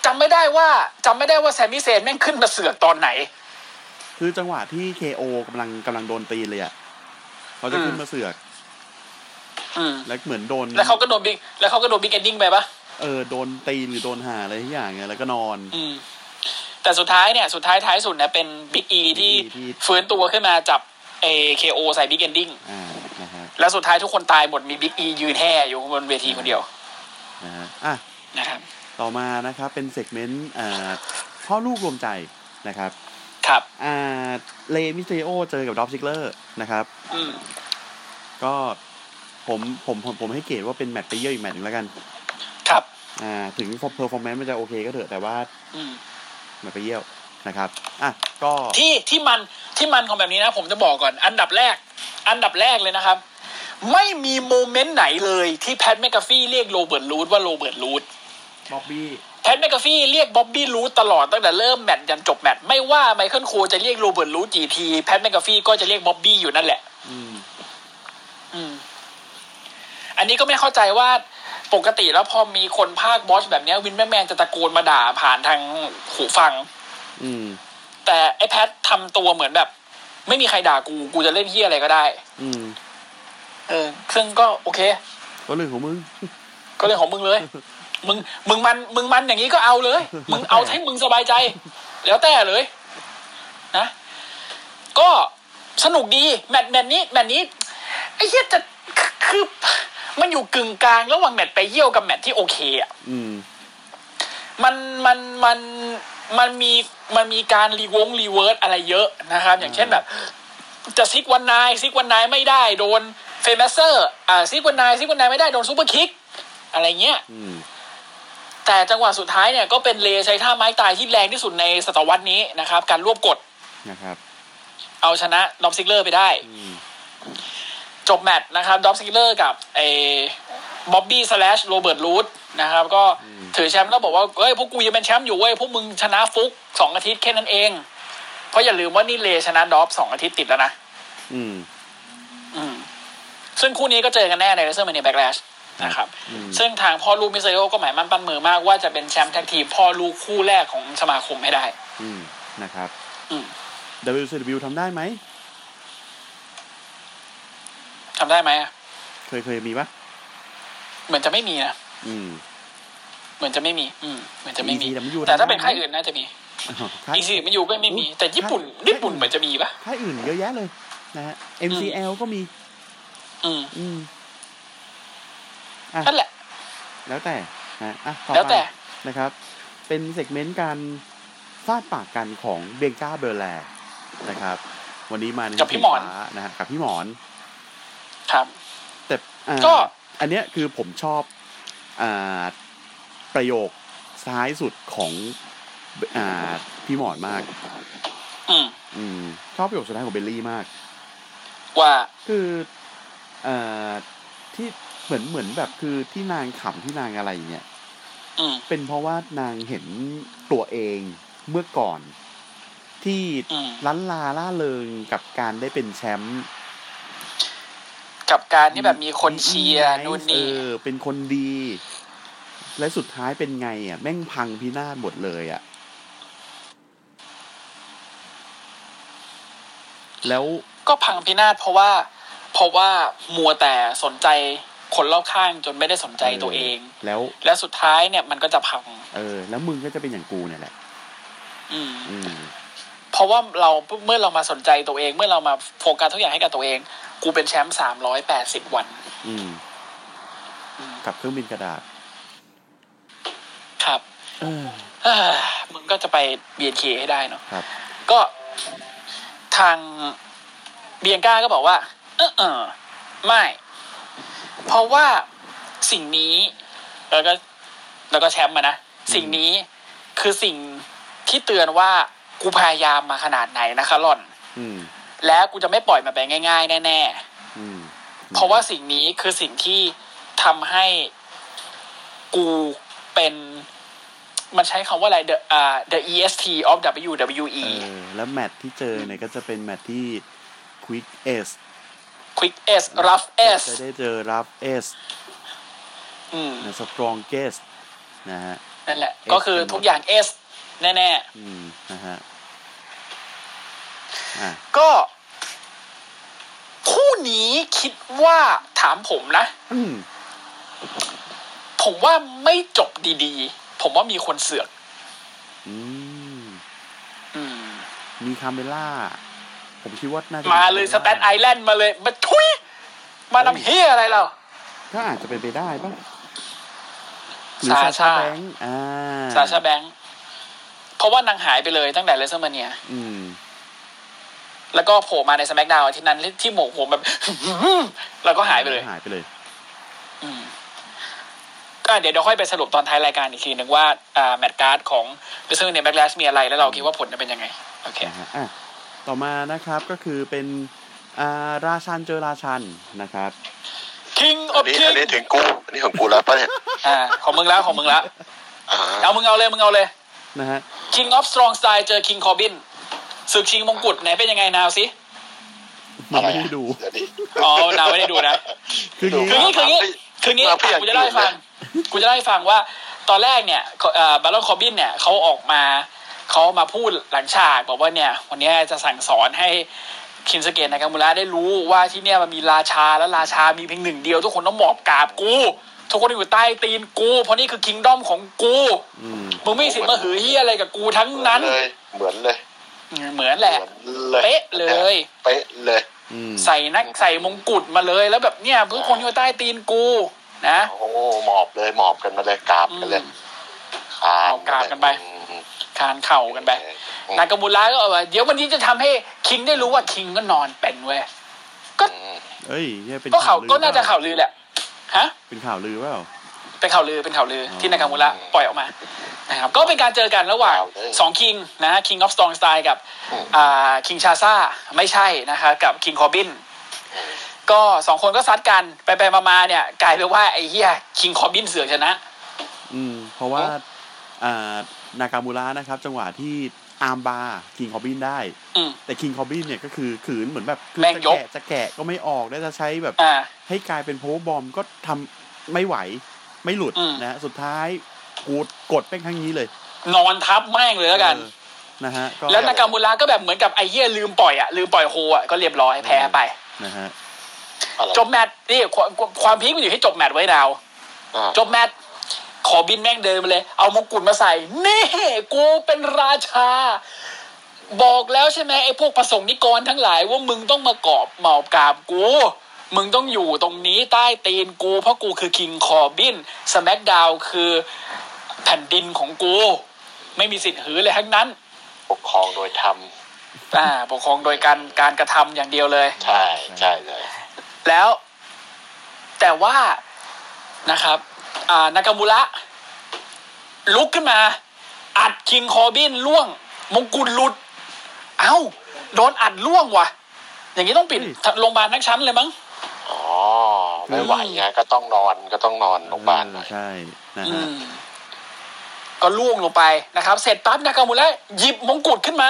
Speaker 3: จำไม่ได้ว่าจำไม่ได้ว่าแซมมี่เซนแม่งขึ้นมาเสือกตอนไหน
Speaker 2: คือจังหวะที่เคโอกำลังกำลังโดนตีนเลยอ่ะเขาจะขึ้นมาเสือก
Speaker 3: อืม
Speaker 2: แล้วเหมือนโดน
Speaker 3: แล้วเขาก็โดนบิ๊กแล้วเขาก็โดนบิ๊กเอนดิ้งไปปะ
Speaker 2: เออโดนตีนหรือโดนหาอะไรทุกอย่างไงแล้วก็นอน
Speaker 3: อืม แต่สุดท้ายเนี่ย สุดท้ายท้ายสุดเนี่ยเป็นบิ๊กอี
Speaker 2: Big E
Speaker 3: ที่
Speaker 2: ที่
Speaker 3: ฟื้นตัวขึ้นมาจับเอเคโอใส่บิ๊กเอนดิ้ง
Speaker 2: อ่านะฮะ
Speaker 3: แล้วสุดท้ายทุกคนตายหมดมีบิ๊กอียืนแห่อยู่บนเวทีคนเดียว
Speaker 2: นะฮะอ่ะ
Speaker 3: นะครับ
Speaker 2: ต่อมานะครับเป็นเซกเมนต์อ่าพ่อลูกรวมใจนะครับ
Speaker 3: ครับ
Speaker 2: อ่าเลมิสเตโอเจอกับดอฟซิกเลอร์นะครับ
Speaker 3: อืม
Speaker 2: ก็ผมผมผมผมให้เกรดว่าเป็นแมตช์ไปเยอะอีกแมตช์หนึงแล้วกัน
Speaker 3: ครับ
Speaker 2: อ่าถึงเพอร์ฟอร์แมนซ์มันจะโอเคก็เถอะแต่ว่า
Speaker 3: อืม
Speaker 2: แมตช์ไปเยี่ยวนะครับอ่ะก็
Speaker 3: ที่ที่มันที่มันของแบบนี้นะผมจะบอกก่อน อันดับแรก อันดับแรกเลยนะครับ ไม่มีโมเมนต์ไหนเลยที่แพทแมกกาฟี่เรียกโรเบิร์ตรูทว่าโรเบิร์ตรูท
Speaker 2: บ๊อบบี้
Speaker 3: แพทแมกกาฟี่เรียกบ๊อบบี้รูทตลอดตั้งแต่เริ่มแมตช์ยันจบแมตช์ไม่ว่าไมเคิลโคจะเรียกโรเบิร์ตรูทกี่ทีแพทแมกกาฟี่ก็จะเรียกบ๊อบบี้อยู่นั่นแหละ
Speaker 2: อืม
Speaker 3: อืม อันนี้ก็ไม่เข้าใจว่าปกติแล้วพอมีคนภาคบอสแบบเนี้ยวินแมนแมนจะตะโกนมาด่าผ่านทางหูฟัง
Speaker 2: อืม
Speaker 3: แต่ไอ้แพททำตัวเหมือนแบบ ไม่มีใครด่ากูกูจะเล่นเฮียอะไรก็ได้
Speaker 2: อืม
Speaker 3: เออซึ่งก็โอเค
Speaker 2: ก็เรื่องของมึง
Speaker 3: ก็เรื่องของมึงเลย มึง มึงมัน มึงมันอย่างนี้ก็เอาเลย มึงเอาให้มึงสบายใจ แล้วแต่เลย นะ ก็สนุกดี แมตช์แมตช์นี้แมตช์นี้ ไอ้เหี้ยจะคือคือมันอยู่กึ่งกลางระหว่างแมตช์ไปเยี่ยวกับแมตช์ที่โอเคอ่ะ
Speaker 2: อืม
Speaker 3: มันมันมันมันมีมันมีการรีวงรีเวิร์สอะไรเยอะนะครับ อย่างเช่นแบบ จะซิกวันนายซิกวันนายไม่ได้โดน เฟมัสเซอร์อ่าซิกวันนายซิกวันนายไม่ได้โดนซูเปอร์คิก อะไรเงี้ย
Speaker 2: อืม
Speaker 3: แต่จังหวะสุดท้ายเนี่ยก็เป็นเลใช้ท่าไม้ตายที่แรงที่สุดในศตวรรษนี้นะครับ การรวบกด
Speaker 2: นะครับ
Speaker 3: เอาชนะดอมซิกเลอร์ไปได้
Speaker 2: อืม
Speaker 3: จบแมตช์นะครับดอมซิกเลอร์กับไอ้บ๊อบบี้สแลชโรเบิร์ตรูทนะครับ ก็ถือแชมป์แล้วบอกว่าเฮ้ยพวกกูยังเป็นแชมป์อยู่เว้ยพวกมึงชนะฟุกสองอาทิตย์แค่นั้นเอง เพราะอย่าลืมว่านี่เลชนะดอฟสองอาทิตย์ติดแล้วนะ
Speaker 2: อืม
Speaker 3: อืมซึ่งคู่นี้ก็เจอกันแน่ใน WrestleMania Backlash นะครับ
Speaker 2: อืม
Speaker 3: ซึ่งทางพ่อลูกมิสเซโอก็หมายมั่นปั้นมือมากว่าจะเป็นแชมป์แท็กทีมพ่อลูกคู่แรกของสมาคมให้ได้
Speaker 2: อืมนะครับ
Speaker 3: อืม
Speaker 2: WCW ทำได้ไหม
Speaker 3: ทำได้ไหมอะ
Speaker 2: เคยเคยมีปะ
Speaker 3: เหมือนจะไม่มีนะ
Speaker 2: อืม
Speaker 3: เหมือนจะไม่มี อืมเหมือนจะไม่มี
Speaker 2: ECW
Speaker 3: แต่ถ้าเป็นค่ายอื่นน่าจะมี
Speaker 2: อ้าวค่าย
Speaker 3: อีซีมันอยู่ก็ไม่มี แต่ญี่ปุ่น ญี่ปุ่นเหมือนจะมีปะ
Speaker 2: ค่ายอื่นเยอะแยะเลยนะฮะ MCL ก็มี
Speaker 3: อืม
Speaker 2: อืม
Speaker 3: นั่นแหละ
Speaker 2: แล้วแต่นะอ่ะต่อ
Speaker 3: แล้ว
Speaker 2: ไป
Speaker 3: แต่
Speaker 2: นะครับ เป็นเซกเมนต์การฟาดปากกันของเบงก้าเบลแลนะครับ วันนี้มาใน
Speaker 3: กับพี่หมอน
Speaker 2: สีฟ้านะฮะกับพี่หมอน
Speaker 3: ครับ
Speaker 2: แต่อ่า
Speaker 3: ก็
Speaker 2: อันเนี้ยคือผมชอบอ่าประโยคซ้ายสุดของอ่าพี่หมอนมาก
Speaker 3: อืม
Speaker 2: อืมชอบประโยคสุดท้ายของเบลลี่มาก
Speaker 3: ว่า
Speaker 2: คือเอ่อที่เหมือนเหมือนแบบคือที่นางขำที่นางอะไรเนี่ย
Speaker 3: อืม
Speaker 2: เป็นเพราะว่านางเห็นตัวเองเมื่อก่อน ที่
Speaker 3: อืม
Speaker 2: ล้านลาล่าเริงกับการได้เป็นแชมป์
Speaker 3: กับการที่แบบมีคนเชียร์นู่นนี่
Speaker 2: เออเป็นคนดี และสุดท้ายเป็นไงอ่ะ แม่งพังพินาศหมดเลยอ่ะ แล้ว
Speaker 3: ก็พังพินาศเพราะว่า เพราะว่ามัวแต่สนใจคนรอบข้างจนไม่ได้สนใจตัวเอง
Speaker 2: แล้ว
Speaker 3: และสุดท้ายเนี่ยมันก็จะพัง
Speaker 2: เออ แล้วมึงก็จะเป็นอย่างกูเนี่ยแหละ
Speaker 3: อืม
Speaker 2: อืม
Speaker 3: เพราะว่าเราเมื่อเรามาสนใจตัวเอง เมื่อเรามาโฟกัสทุกอย่างให้กับตัวเอง กูเป็นแชมป์สามร้อยแปดสิบวัน
Speaker 2: อืม กับเครื่องบินกระดาษ
Speaker 3: ครับ
Speaker 2: เออ
Speaker 3: เอ้อมึงก็จะไปเบียนเคให้ได้เนาะ
Speaker 2: ครับ
Speaker 3: ก็ทางเบียงก้าก็บอกว่า เออเออไม่ เพราะว่าสิ่งนี้ แล้วก็แล้วก็แชมป์มานะ สิ่งนี้คือสิ่งที่เตือนว่ากูพยายามมาขนาดไหนนะคะหล่อน
Speaker 2: อืม
Speaker 3: แล้วกูจะไม่ปล่อยมันไปง่ายๆแน่ๆ
Speaker 2: อืม
Speaker 3: เพราะว่าสิ่งนี้คือสิ่งที่ทำให้กูเป็น มันใช้คำว่าอะไร the อ่า the est of wwe
Speaker 2: เออ แล้วแมตช์ที่เจอเนี่ยก็จะเป็นแมตช์ที่ควิกเอส
Speaker 3: quick s rough s
Speaker 2: จะได้เจอรับเอส
Speaker 3: อืม
Speaker 2: นะสตรองเกสนะฮะ
Speaker 3: นั่นแหละ
Speaker 2: S
Speaker 3: ก็คือทุกอย่าง s แน่
Speaker 2: อืม นะฮะ อ่ะ
Speaker 3: ๆ ก็คู่นี้คิดว่าถามผมนะ
Speaker 2: อืม
Speaker 3: ผมว่าไม่จบดีๆ ผมว่ามีคนเสือก
Speaker 2: อืม
Speaker 3: อืม
Speaker 2: มีคาเมล่า ผมคิดว่าน่าจะ
Speaker 3: มาเลยสแตนไอ
Speaker 2: ไอ
Speaker 3: แลนด์มาเลยมาทุยมานำเฮียอะไรเรา
Speaker 2: ก็อาจจะเป็นไปได้ป่ะหรือ
Speaker 3: Sasha
Speaker 2: Sasha Banks อ่า
Speaker 3: ซาชาแบงค์เพราะว่านางหายไปเลยตั้งแต่เลเซอร์มาเนีย
Speaker 2: อืม
Speaker 3: แล้วก็โผล่มาในส c k กดาวที่นั้นที่หมกผมแบบ แล้วก็หายไปเลย
Speaker 2: หายไปเลย
Speaker 3: อืมก็เดี๋ยวเดี๋ยวค่อยไปสรุปตอนท้ายรายการอีกทีหนึ่งว่าอ่าแมตช์การ์ดของเลเซอร์ในแบ็กแลชมีอะไร แล้วเราคิดว่าผลจะเป็นยังไง โอเค
Speaker 2: นะฮะอ่ะต่อมานะครับก็คือเป็นอ่าราชันเจอราชันนะครับ
Speaker 3: King
Speaker 4: อั
Speaker 3: of
Speaker 4: นนี้อัน
Speaker 3: King
Speaker 4: นี้ถึงกูอันนี้ของกูแล้วปะเนี่ย
Speaker 3: อ่าของมึงแล้วของมึงแล้ว
Speaker 4: อ่า
Speaker 3: เอามึงเอาเลยมึงเอาเลย
Speaker 2: นะฮะ
Speaker 3: King of Strong Style เจอ King Corbin ศึกชิงมงกุฎไหนเป็นยังไงนาวสิ
Speaker 2: มันไม่ได้ดู
Speaker 4: อันนี้
Speaker 3: อ๋อนาวไม่ได้ดูนะ
Speaker 2: คืออย่าง
Speaker 3: คือ
Speaker 2: นี้
Speaker 3: งี้คืองี้คืองี้
Speaker 4: เราเปลี่ยน
Speaker 3: กูจะเล่าให้ฟังกูจะเล่าให้ฟังว่า ตอนแรกเนี่ยบาลอนคอบินเนี่ยเขาออกมาเขามาพูดหลังฉากบอกว่าเนี่ย วันเนี้ยจะสั่งสอนให้คินสเกตนากามูระได้รู้ว่าที่เนี่ยมันมีราชาแล้วราชามีเพียงหนึ่งเดียว ทุกคนต้องหมอบกราบกู ทุกคนอยู่ใต้ตีนกู เพราะนี่คือคิงด้อมของกู
Speaker 2: อืม
Speaker 3: มึงไม่มีสิทธิ์มาหือเฮียอะไรกับกูทั้งนั้น
Speaker 4: เลยเหมือนเลย
Speaker 3: เหมือนแหละ
Speaker 4: เหมือนเลย
Speaker 3: เป๊ะเลย
Speaker 4: เป๊ะเลย
Speaker 2: อืม
Speaker 3: ใส่นักใส่มงกุฎมาเลย แล้วแบบเนี่ยทุกคนอยู่ใต้ตีนกู นะ
Speaker 4: โอ้หมอบเลยหมอบกันมาเลยกราบกันเลยคาน
Speaker 3: กราบกันไป
Speaker 4: อืม
Speaker 3: คานเข่ากันไป นากามูระก็เอาว่าเดี๋ยววันนี้จะทำให้คิงได้รู้ว่าคิงก็นอนเป็นเว้ย
Speaker 4: อืม
Speaker 2: เอ้ยเหี้ยเป็น
Speaker 3: ก็ข่าว
Speaker 2: ลือ
Speaker 3: ก็น่าจะข่าวลือแหละฮะ
Speaker 2: เป็นข่าวลือเปล่า
Speaker 3: เป็นข่าวลือเป็นข่าวลืออ
Speaker 2: อ
Speaker 3: ที่นากามูระปล่อยออกมานะครับก็เป็นการเจอกันระหว่าง
Speaker 4: ข่าวลือ
Speaker 3: สองคิงนะ King of Strong Style กับ
Speaker 4: อืม
Speaker 3: อ่า King Shaza ไม่ใช่นะคะกับ King Corbin ก็สองคนก็ซัดกันไปไปๆมาๆเนี่ย กลายเป็นว่าไอ้เหี้ย King Corbin เสือกชนะ
Speaker 2: อืม เพราะว่าอ่านากามูระนะครับ จังหวะที่อาร์มบาร์คิงคอบบินได้
Speaker 3: อืม
Speaker 2: แต่คิงคอบบินเนี่ยก็คือขืนเหมือนแบบคือ
Speaker 3: แม่ง
Speaker 2: จะ
Speaker 3: ยก
Speaker 2: แกะจะแกะก็ไม่ออกได้จะใช้แบบ
Speaker 3: อ่า
Speaker 2: ให้กลายเป็นโพบอมก็ทำไม่ไหวไม่หลุด
Speaker 3: อืม
Speaker 2: นะฮะสุดท้ายกูดกดแป้งครั้งนี้เลย
Speaker 3: นอนทับแม่งเลยแล้วกัน
Speaker 2: เออนะฮะก็
Speaker 3: แล้วนากามูระก็แบบเหมือนกับไอ้เหี้ยลืมปล่อยอะลืมปล่อยโฮอะก็เรียบร้อยแพ้ไป
Speaker 2: นะฮะ
Speaker 4: อะไร
Speaker 3: จบแมตช์นี่ความความพีคมันอยู่ที่จบแมตช์ไว้ดาว
Speaker 4: อ่า
Speaker 3: จบแมตช์ขอบินแม่งเดินมาเลย เอามงกุฎมาใส่ นี่ กูเป็นราชา บอกแล้วใช่ไหมไอ้พวกประสงค์นิกรทั้งหลายว่ามึงต้องมากอบเหมากราบกู มึงต้องอยู่ตรงนี้ใต้ตีนกู เพราะกูคือคิงคอบินสแมกดาวคือแผ่นดินของกู ไม่มีสิทธิ์หือเลยทั้งนั้น
Speaker 4: ปกครองโดยธรรม
Speaker 3: อ่าปกครองโดยการการกระทำอย่างเดียวเลย
Speaker 4: ใช่ใช่เลย
Speaker 3: แล้วแต่ว่านะครับ อ่านากามูระลุกขึ้นมา อัดคิงคอร์บินล่วง มงกุฎหลุด เอ้า โดนอัดล่วงว่ะ อย่างนี้ต้องปิด
Speaker 2: เฮ้ย
Speaker 3: โรงพยาบาลนักชั้นเลยมั้ง
Speaker 4: อ๋อ ไม่ไหวไงก็ต้องนอนก็ต้องนอนโรงพยาบาลหน่อย
Speaker 2: ใช่นะ
Speaker 3: อื
Speaker 2: ฮะ
Speaker 3: ม ก็ล่วงลงไปนะครับ เสร็จปั๊บนากามูระหยิบมงกุฎขึ้นมา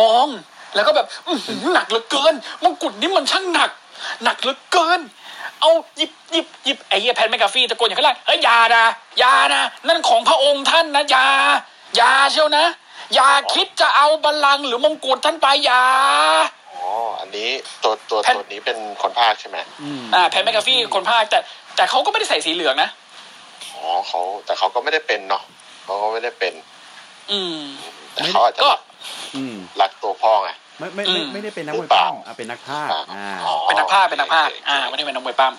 Speaker 3: มองแล้วก็แบบอื้อหือหนักเหลือเกิน มงกุฎนี้มันช่างหนัก หนักเหลือเกิน เอาหยิบหยิบหยิบไอ้เหี้ยแพนแมกกาฟี่ตะโกนอย่างข้างล่างเฮ้ยอยานะอยานะ นั่นของพระองค์ท่านนะอยาอยาเชียวนะ อย่าคิดจะเอาบัลลังก์หรือมงกุฎท่านไปอยา
Speaker 4: อ๋อ อันนี้ตัวตัว
Speaker 3: แพท
Speaker 4: ตัวนี้เป็นคนภาคใช่ไหม
Speaker 2: อืม
Speaker 3: อ่าแพนแมกกาฟี่คนภาคแต่ แต่เขาก็ไม่ได้ใส่สีเหลืองนะ
Speaker 4: อ๋อเขาแต่เขาก็ไม่ได้เป็นเนาะเขาก็ไม่ได้เป็น
Speaker 3: อืม
Speaker 4: แต่เขาอาจจะ
Speaker 3: ก็
Speaker 2: อืม
Speaker 4: รักตัวพ่อไง
Speaker 2: ไม่ไม่
Speaker 3: อื
Speaker 2: ไม่
Speaker 3: ม
Speaker 2: ไม่ได้เป็นนักมวย
Speaker 4: หรือเป
Speaker 2: ปั้
Speaker 4: ล่า
Speaker 2: มอ่ะเป็นนักพากย์อ่า
Speaker 3: เป็นนักภาคเป็นนักภาคอ่าไม่ได้เป็นนักมวยปั้ม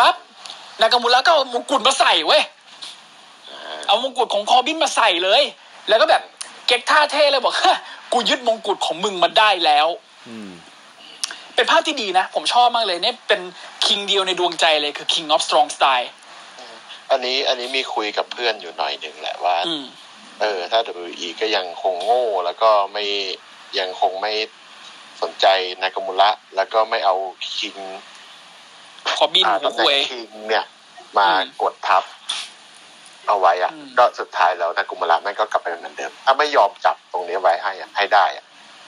Speaker 3: ปั๊บนากามูระก็เอามงกุฎมาใส่เว้ย เอามงกุฎของคอบินมาใส่เลย แล้วก็แบบเก๊กท่าเท่เลยบอก ฮะกูยึดมงกุฎของมึงมาได้แล้ว
Speaker 2: อืม
Speaker 3: เป็นภาพที่ดีนะ ผมชอบมากเลยเนี่ยเป็นคิงเดียวในดวงใจเลยคือ King of Strong Style
Speaker 4: อันนี้อันนี้มีคุยกับเพื่อนอยู่หน่อยหนึ่งแหละว่า
Speaker 3: อืม
Speaker 4: เออ ถ้า WE ก็ยังคงโง่แล้วก็ไม่ยังคงไม่สนใจนากามุระแล้วก็ไม่เอาคิง
Speaker 3: คอบิน
Speaker 4: อ่า
Speaker 3: หัว
Speaker 4: ตำแห
Speaker 3: ห
Speaker 4: น่
Speaker 3: วย
Speaker 4: งคิงเนี่ย มา
Speaker 3: อืม
Speaker 4: กดทับ เอาไว้อะ
Speaker 3: อืม
Speaker 4: ก็สุดท้ายแล้วนากามุระมันก็กลับไปเหมือนเดิม ถ้าไม่ยอมจับตรงนี้ไว้ให้อะให้ได้อะ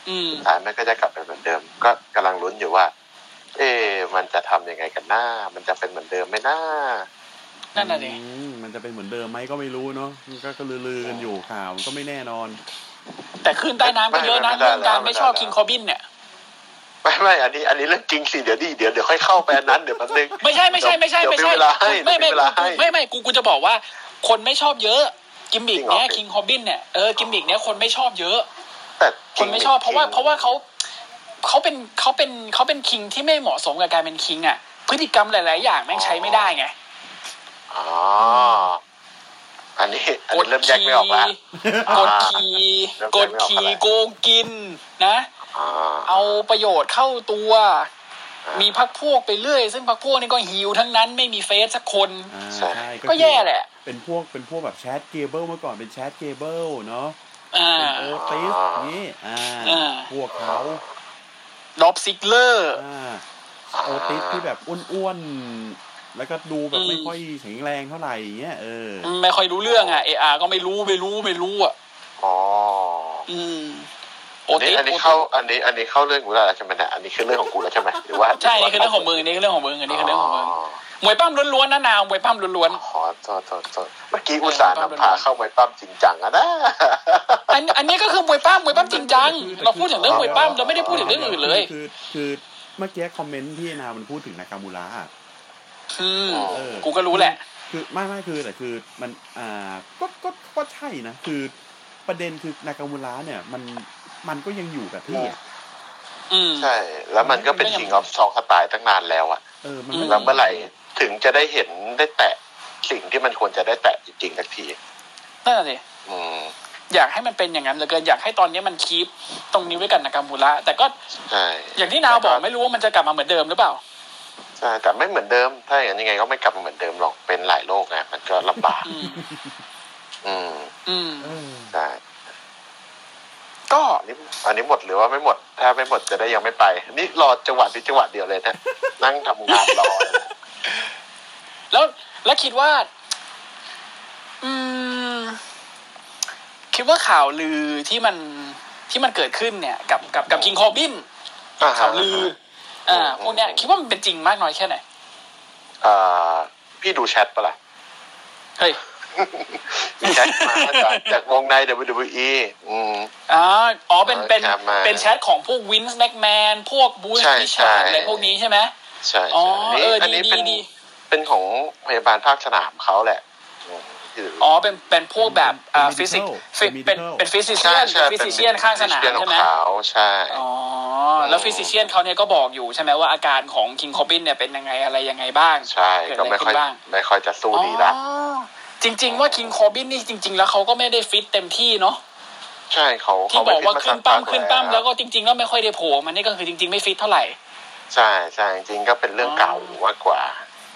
Speaker 3: อืม
Speaker 4: สุดท้ายมันก็จะกลับไปเหมือนเดิม ก็กำลังลุ้นอยู่ว่า เอ๊ะมันจะทำยังไงกันหน้า มันจะเป็นเหมือนเดิมไหมหน้า
Speaker 3: นั่นน่ะดิ
Speaker 2: อืมมันจะเป็นเหมือนเดิมไหมก็ไม่รู้เนาะมันก็ลือๆกันอยู่ข่าวมันก็ไม่แน่นอน
Speaker 3: แต่ขึ้นใต้น้ำก็เยอะนะ
Speaker 4: ไม่ได้
Speaker 3: เรื่องการ
Speaker 4: แล้ว
Speaker 3: ไม่ชอบ
Speaker 4: ไม่ได้
Speaker 3: คิงคอบินเนี่ย
Speaker 4: ไม่ไม่อันนี้ อันนี้เรื่องจริงสิเดี๋ยวดิเดี๋ยวเดี๋ยวค่อยเข้าไปอันนั้นเดี๋ยวแป๊บนึง
Speaker 3: ไม่ใช่ไม่ใช่ไม่ใช่
Speaker 4: เดี๋ยว
Speaker 3: ไม่ใช่
Speaker 4: เวลาให้
Speaker 3: ไม่ไม่
Speaker 4: เดี๋ยวเวลาให้
Speaker 3: ไม่ไม่กูกูจะบอกว่า คนไม่ชอบเยอะ กิมบิกเนี้ย
Speaker 4: จริ
Speaker 3: คิ
Speaker 4: ง
Speaker 3: ง
Speaker 4: เหรอ
Speaker 3: ฮอบบินเนี่ยเออกิมบิกเนี้ยคนไม่ชอบเยอะ
Speaker 4: แต่
Speaker 3: คนไม่ชอบเพราะว่าเพราะว่าเขาเขาเป็นเขาเป็นเขาเป็นคิงที่ไม่เหมาะสมกับการเป็นคิงอ่ะพฤติกรรมหลาย ๆ อย่างแม่งใช้ไม่ได้ไง
Speaker 4: อ๋อ อันนี้ อันนี้เริ่มแยกไม่ออกแล้ว
Speaker 3: กดขี่กดขี่
Speaker 4: เริ่มแยกไม่ออกแล้ว
Speaker 3: โกงกินนะ เอาประโยชน์เข้าตัว มีพักพวกไปเรื่อย ซึ่งพักพวกนี่ก็ฮิวทั้งนั้นไม่มีเฟสสักคน
Speaker 2: อ่า
Speaker 4: ใช่
Speaker 2: ใช่
Speaker 3: ก็แย่
Speaker 2: คือ
Speaker 3: แหละ
Speaker 2: เป็นพวกเป็นพวกแบบแชทเกเบิลเมื่อก่อนเป็นแชทเกเบิลเนาะ
Speaker 3: อ่า
Speaker 2: เป็นโอติสนี้อ่า
Speaker 3: อ่า
Speaker 2: พวกเขา
Speaker 3: ดอบซิกเลอร์
Speaker 2: อ่าโอติสที่แบบอ้วนๆแล้วก็ดูแบบไม่ค่อยแข็งแรงเท่าไหร่อย่างเงี้ยเอออ
Speaker 3: ไม่ค่อยรู้เรื่องอ่ะเออาก็ไม่รู้ไม่รู้ไม่รู้อ่ะ
Speaker 4: อ๋อ
Speaker 3: อืมโอ
Speaker 4: อัน
Speaker 3: ติ
Speaker 4: นี้
Speaker 3: ส
Speaker 4: อันนี้เข้า อันนี้ อันนี้เข้าเรื่องกูแล้วใช่ไหมเนี่ยอันนี้คือเรื่องของกูแล้วใช่ไหมหรือว่า
Speaker 3: ใช่นี่คือเรื่องของมึงนี่คือเรื่องของมึงอันนี้คือเรื่องของมึงมวยปั้มล้วนๆนะนาวมวยปั้มล้วน
Speaker 4: ขอโทษโทษโทษเมื่อกี้อุตส่าห์นำพาเข้าไปปั้มจริงจังอะนะ
Speaker 3: ๆอันอันนี้ก็คือมวยปั้มมวยปั้มจริงจังเราพูดถึงเรื่องมวยปั้มเราไม่ได้พูดถึงเรื่องอื่นเลย
Speaker 2: คือคือเมื่อกี้คอมเมนต์ที่นามันพูดถึงนากามูระอะ
Speaker 3: อืม
Speaker 2: เออ
Speaker 3: กูก็รู้แหละ
Speaker 2: คือไม่ไม่คือแต่คือมันอ่าก็ก็ก็ใช่นะ คือประเด็นคือนากามูระเนี่ยมันมันก็ยังอยู่กับที่อะ
Speaker 3: อืม
Speaker 4: ใช่ แล้วมันก็เป็น
Speaker 3: ไม่ยัง
Speaker 4: สิงออฟซองสไตล์ตั้งนานแล้วอะ
Speaker 2: เออมันก็
Speaker 4: แล้วเมื่อไหร่ถึงจะได้เห็นได้แตะสิ่งที่มันควรจะได้แตะจริงๆสักที
Speaker 3: นั่นแหละสิ
Speaker 4: อืม
Speaker 3: อยากให้มันเป็นอย่างนั้นเหลือเกินอยากให้ตอนนี้มันคีปตรงนี้ไว้กันนากามูระแต่ก็
Speaker 4: ใช่
Speaker 3: อย่างที่นาวบอกไม่รู้ว่ามันจะกลับมาเหมือนเดิมหรือเปล่า
Speaker 4: ใช่แต่ไม่เหมือนเดิม ถ้าอย่างนี้นยังไงก็ไม่กลับมาเหมือนเดิมหรอกเป็นหลายโรคไงมันก็ลำบาก
Speaker 3: อืม
Speaker 4: อืม
Speaker 3: อืม
Speaker 4: ใช่ก็อันนี้อันนี้หมดหรือว่าไม่หมด ถ้าไม่หมดจะได้ยังไม่ไปอันนี้รอจังหวะนี้จังหวะเดียวเลยนะ นั่งทำงานรอ
Speaker 3: แล้วแล้วคิดว่า อืม คิดว่าข่าวลือที่มันที่มันเกิดขึ้นเนี่ย กับกับกับคิงคอบินข่าวลือ อ่าพวกเนี้ยคิดว่ามันเป็นจริงมากน้อยแค่ไหน
Speaker 4: เอ่อพี่ดูแชทปะล่ะ
Speaker 3: เฮ้ย
Speaker 4: แชทมาจากจากวงใน WWE อืม
Speaker 3: อ๋ออ๋อเป็นเป็น
Speaker 4: ครับมา
Speaker 3: เป็นแชทของพวกวินส์แม็กแมนพวกบูช
Speaker 4: ใช่
Speaker 3: พิชาร์ดอะ
Speaker 4: ใช่
Speaker 3: ไรพวกนี้ใช่ไหม
Speaker 4: ใช่
Speaker 3: อ๋อ
Speaker 4: ใช่
Speaker 3: เอออั
Speaker 4: อันี้
Speaker 3: ดี
Speaker 4: เป็น
Speaker 3: ดี
Speaker 4: เป็นของพยาบาลภาคสนามเขาแหละอืมที่ดู
Speaker 3: อ๋อเป็นเป็นพวกแบบอ่า
Speaker 2: เป็
Speaker 3: ฟิ
Speaker 2: น
Speaker 3: สิก
Speaker 2: medical เป็
Speaker 3: เป็น น
Speaker 2: medical
Speaker 3: เป็นฟิสิเชี
Speaker 4: ใช่
Speaker 3: ยน
Speaker 4: ใช่
Speaker 3: ฟิ
Speaker 4: เป็น
Speaker 3: สิเชียนข้างสนาม
Speaker 4: ฟิสิเชีย
Speaker 3: ใช่ไหม
Speaker 4: ของเขาใช่
Speaker 3: อ๋อ แล้วฟิสิเชียนเขาเนี่ยก็บอกอยู่ใช่ไหมว่าอาการของคิงคอบินเนี่ยเป็นยังไงอะไรยังไงบ้าง
Speaker 4: ใช่
Speaker 3: เด
Speaker 4: ก็
Speaker 3: อะไร
Speaker 4: ไม่ค่อ
Speaker 3: ขึ้
Speaker 4: ย
Speaker 3: นบ้าง
Speaker 4: ไม่ค่อยจะสู้
Speaker 3: อ๋อ
Speaker 4: ดีละ
Speaker 3: จริง ๆ ว่าคิงคอบินนี่จริง ๆ แล้วเขาก็ไม่ได้ฟิตเต็มที่เนาะ
Speaker 4: ใช่เขา
Speaker 3: ที่
Speaker 4: เขา
Speaker 3: บอกว่า
Speaker 4: ไฟิ
Speaker 3: ขึ้
Speaker 4: ต
Speaker 3: นปั้ม
Speaker 4: สักพั
Speaker 3: ขึ้นปั้มแล้วก็
Speaker 4: ว
Speaker 3: จริง ๆ แล้วไม่ค่อยได้โผล่มันนี่ก็คือจริง ๆ ไม่ฟิตเท่าไหร่
Speaker 4: ใช่ใช่จริงๆก็เป็นเรื่องเก่ามากกว่า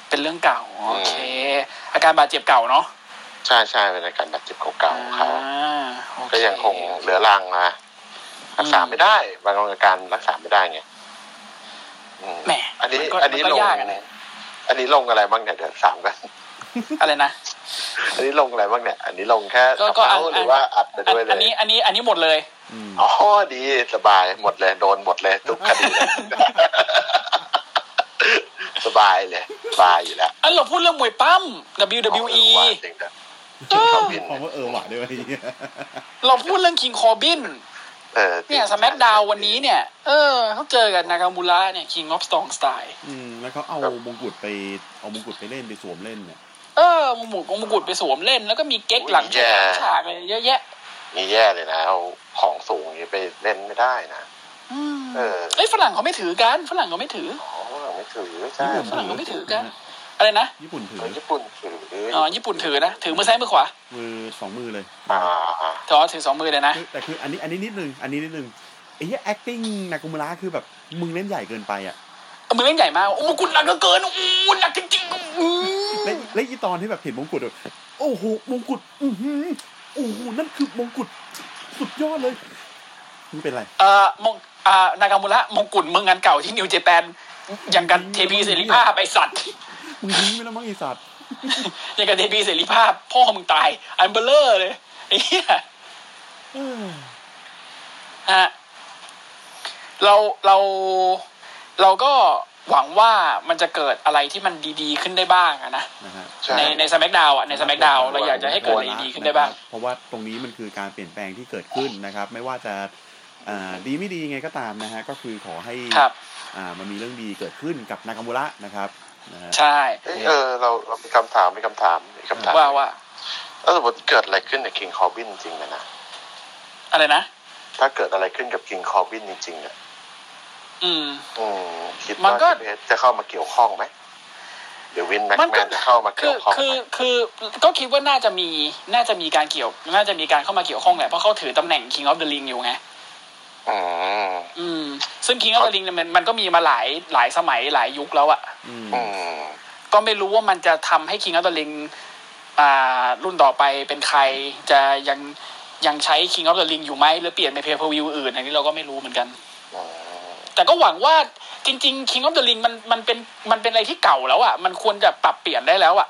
Speaker 3: เป็นเรื่องเก่าโอเค อาการบาดเจ็บเก่าเนาะ
Speaker 4: ใช่ใช่เป็นอาการบาดเจ็บเก่าๆของเขา
Speaker 3: โอเค
Speaker 4: ก็ยังคงเหลือรังมารักษาไม่ได้ บางอาการรักษาไม่ได้ไงอื
Speaker 3: แหม
Speaker 4: อันนี้
Speaker 3: มันก็
Speaker 4: อันนี้
Speaker 3: มัน
Speaker 4: ล
Speaker 3: ก็
Speaker 4: ง
Speaker 3: ยากอะนะ
Speaker 4: อันนี้ลงอะไรบ้างเนี่ยเดี๋ยวสามกัน
Speaker 3: อะไรนะ
Speaker 4: อันนี้ลงอะไรบ้างเนี่ย อันนี้ลงแค่
Speaker 3: ก็
Speaker 4: สะ
Speaker 3: ก็อั
Speaker 4: เพ้าน หรืออน ว่าอัดไปด้วยเล
Speaker 3: อัน
Speaker 4: ย
Speaker 3: นี้อันนี้อันนี้หมดเลย
Speaker 2: อืม
Speaker 4: อ๋อดีสบายหมดเลย โดนหมดเลยทุกคดี เลยสบายเลยสบายอยู่แล้ว
Speaker 3: อันเราพูดเรื่องมวยปั้ม WWE
Speaker 4: ว่าจริงนะ
Speaker 3: เออ
Speaker 4: วิน
Speaker 2: ผมว่าเออหวานด้วย ไอ้เหี้ย
Speaker 3: เราพูดเรื่องคิงคอบิน
Speaker 4: เออ
Speaker 3: เนี่ยสมักดาววันนี้เนี่ย เออเขาเจอกับนากามูระเนี่ยคิงออฟสตองสไตล์
Speaker 2: อืมแล้วเขาเอามงกุฎไปเอามงกุฎไปเล่นไปสวมเล่นเนี่ย
Speaker 3: เออมงมุดมงกุฎไปสวมเล่น แล้วก็มีเก๊กหลังฉากฉากอะไรเยอะแยะ
Speaker 4: นี่แย่เลยนะเอาของสูงอย่างนี้ไปเล่นไม่ได้นะ
Speaker 3: อืม
Speaker 4: เออ
Speaker 3: เอ้ยฝรั่งเขาไม่ถือกันฝรั่งเขาไม่ถือ
Speaker 4: อ๋อไม่ถือใช่
Speaker 3: ฝรั่งเขาไม่ถือกัน อะไรนะ
Speaker 2: ญี่ปุ่นถือ
Speaker 4: เออญี่ปุ่นถือ
Speaker 3: อ๋อญี่ปุ่นถือนะ ถือมือซ้ายมือขวา
Speaker 2: มือสองมือเลย
Speaker 4: อ่า
Speaker 3: ถือถือสองมือเลยนะ
Speaker 2: คือแต่คืออันนี้อันนี้นิดนึงอันนี้นิดนึงไอ้เหี้ย acting นากุมุระคือแบบมึงเล่นใหญ่เกินไปอ่ะ
Speaker 3: มือเล่นใหญ่มากโอ้มงกุฎหนักเหลือเกินโอ้หนักจริงๆอืม
Speaker 2: และและอีตอนที่แบบเห็นมงกุฎแบบโอ้โหมงกุฎอือหือโอ้โหนั่นคือมงกุฎสุดยอดเลยมึงเป็นไร
Speaker 3: เอ่อมงอ่านากามูระมงกุฎเมืองงานเก่าที่นิวเจแปนอย่างกันเทพีเสรีภาพไอสัตว์
Speaker 2: มึงทิ้งไปแล้วมั้งไอ้สัตว์
Speaker 3: อย่างกับเทพีเสรีภาพ พ่อมึงตาย อันเบลเลอร์เลยไอ้เหี้ย
Speaker 2: เออ
Speaker 3: ฮะเราเราเราก็หวังว่ามันจะเกิดอะไรที่มันดีๆ ขึ้นได้บ้างอะนะ
Speaker 2: นะฮะ
Speaker 4: ใช่
Speaker 3: ในในสมักดาวอะในสมักดาวเราอยากจะให้เกิดอะไรดีๆขึ้นได้บ้าง
Speaker 2: เพราะว่าตรงนี้มันคือการเปลี่ยนแปลงที่เกิดขึ้นนะครับ ไม่ว่าจะอ่าดีไม่ดียังไงก็ตามนะฮะก็คือขอให้
Speaker 3: ครับ
Speaker 2: อ่ามันมีเรื่องดีเกิดขึ้นกับนากามุระนะครับนะฮะ
Speaker 3: ใช่
Speaker 4: เอ้ยเออเราเรามีคำถามมีคำถามมีคำถาม
Speaker 3: ว่าว่า
Speaker 4: ถ้าสมมติเกิดอะไรขึ้นกับคิงคอบินจริงๆนะนะ
Speaker 3: อะไรนะ
Speaker 4: ถ้าเกิดอะไรขึ้นกับคิงคอบินจริงๆเนี่ย
Speaker 3: อืม
Speaker 4: อืมคิด
Speaker 3: มั
Speaker 4: ว่าน
Speaker 3: ก็
Speaker 4: เพชจะเข้ามาเกี่ยวข้องไหมเดี๋ยววินแม็กแมนจะเข้ามา
Speaker 3: คื
Speaker 4: เกี่ย
Speaker 3: อ
Speaker 4: วข้อง
Speaker 3: คือ
Speaker 4: ไหม
Speaker 3: คือก็คิดว่าน่าจะมีน่าจะมีการเกี่ยว น่าจะมีการเข้ามาเกี่ยวข้องแหละเพราะเขาถือตำแหน่ง King of the Ring อยู่ไง
Speaker 4: อืม
Speaker 3: อืม ซึ่ง King of the Ring เนี่ยมันมันก็มีมาหลายหลายสมัยหลายยุคแล้วอะ
Speaker 2: อืม
Speaker 4: อืม
Speaker 3: ก็ไม่รู้ว่ามันจะทำให้คิงอัลตลิงอ่ารุ่นต่อไปเป็นใครจะยังยังใช้คิงอัลตลิงอยู่ไหมหรือเปลี่ยนไปเพย์เพอร์วิวอื่นอันนี้เราก็ไม่รู้เหมือนกัน
Speaker 4: อืม
Speaker 3: แต่ก็หวังว่าจริง ๆ King of the Ring มันมันเป็นมันเป็นอะไรที่เก่าแล้วอ่ะมันควรจะปรับเปลี่ยนได้แล้วอ่ะ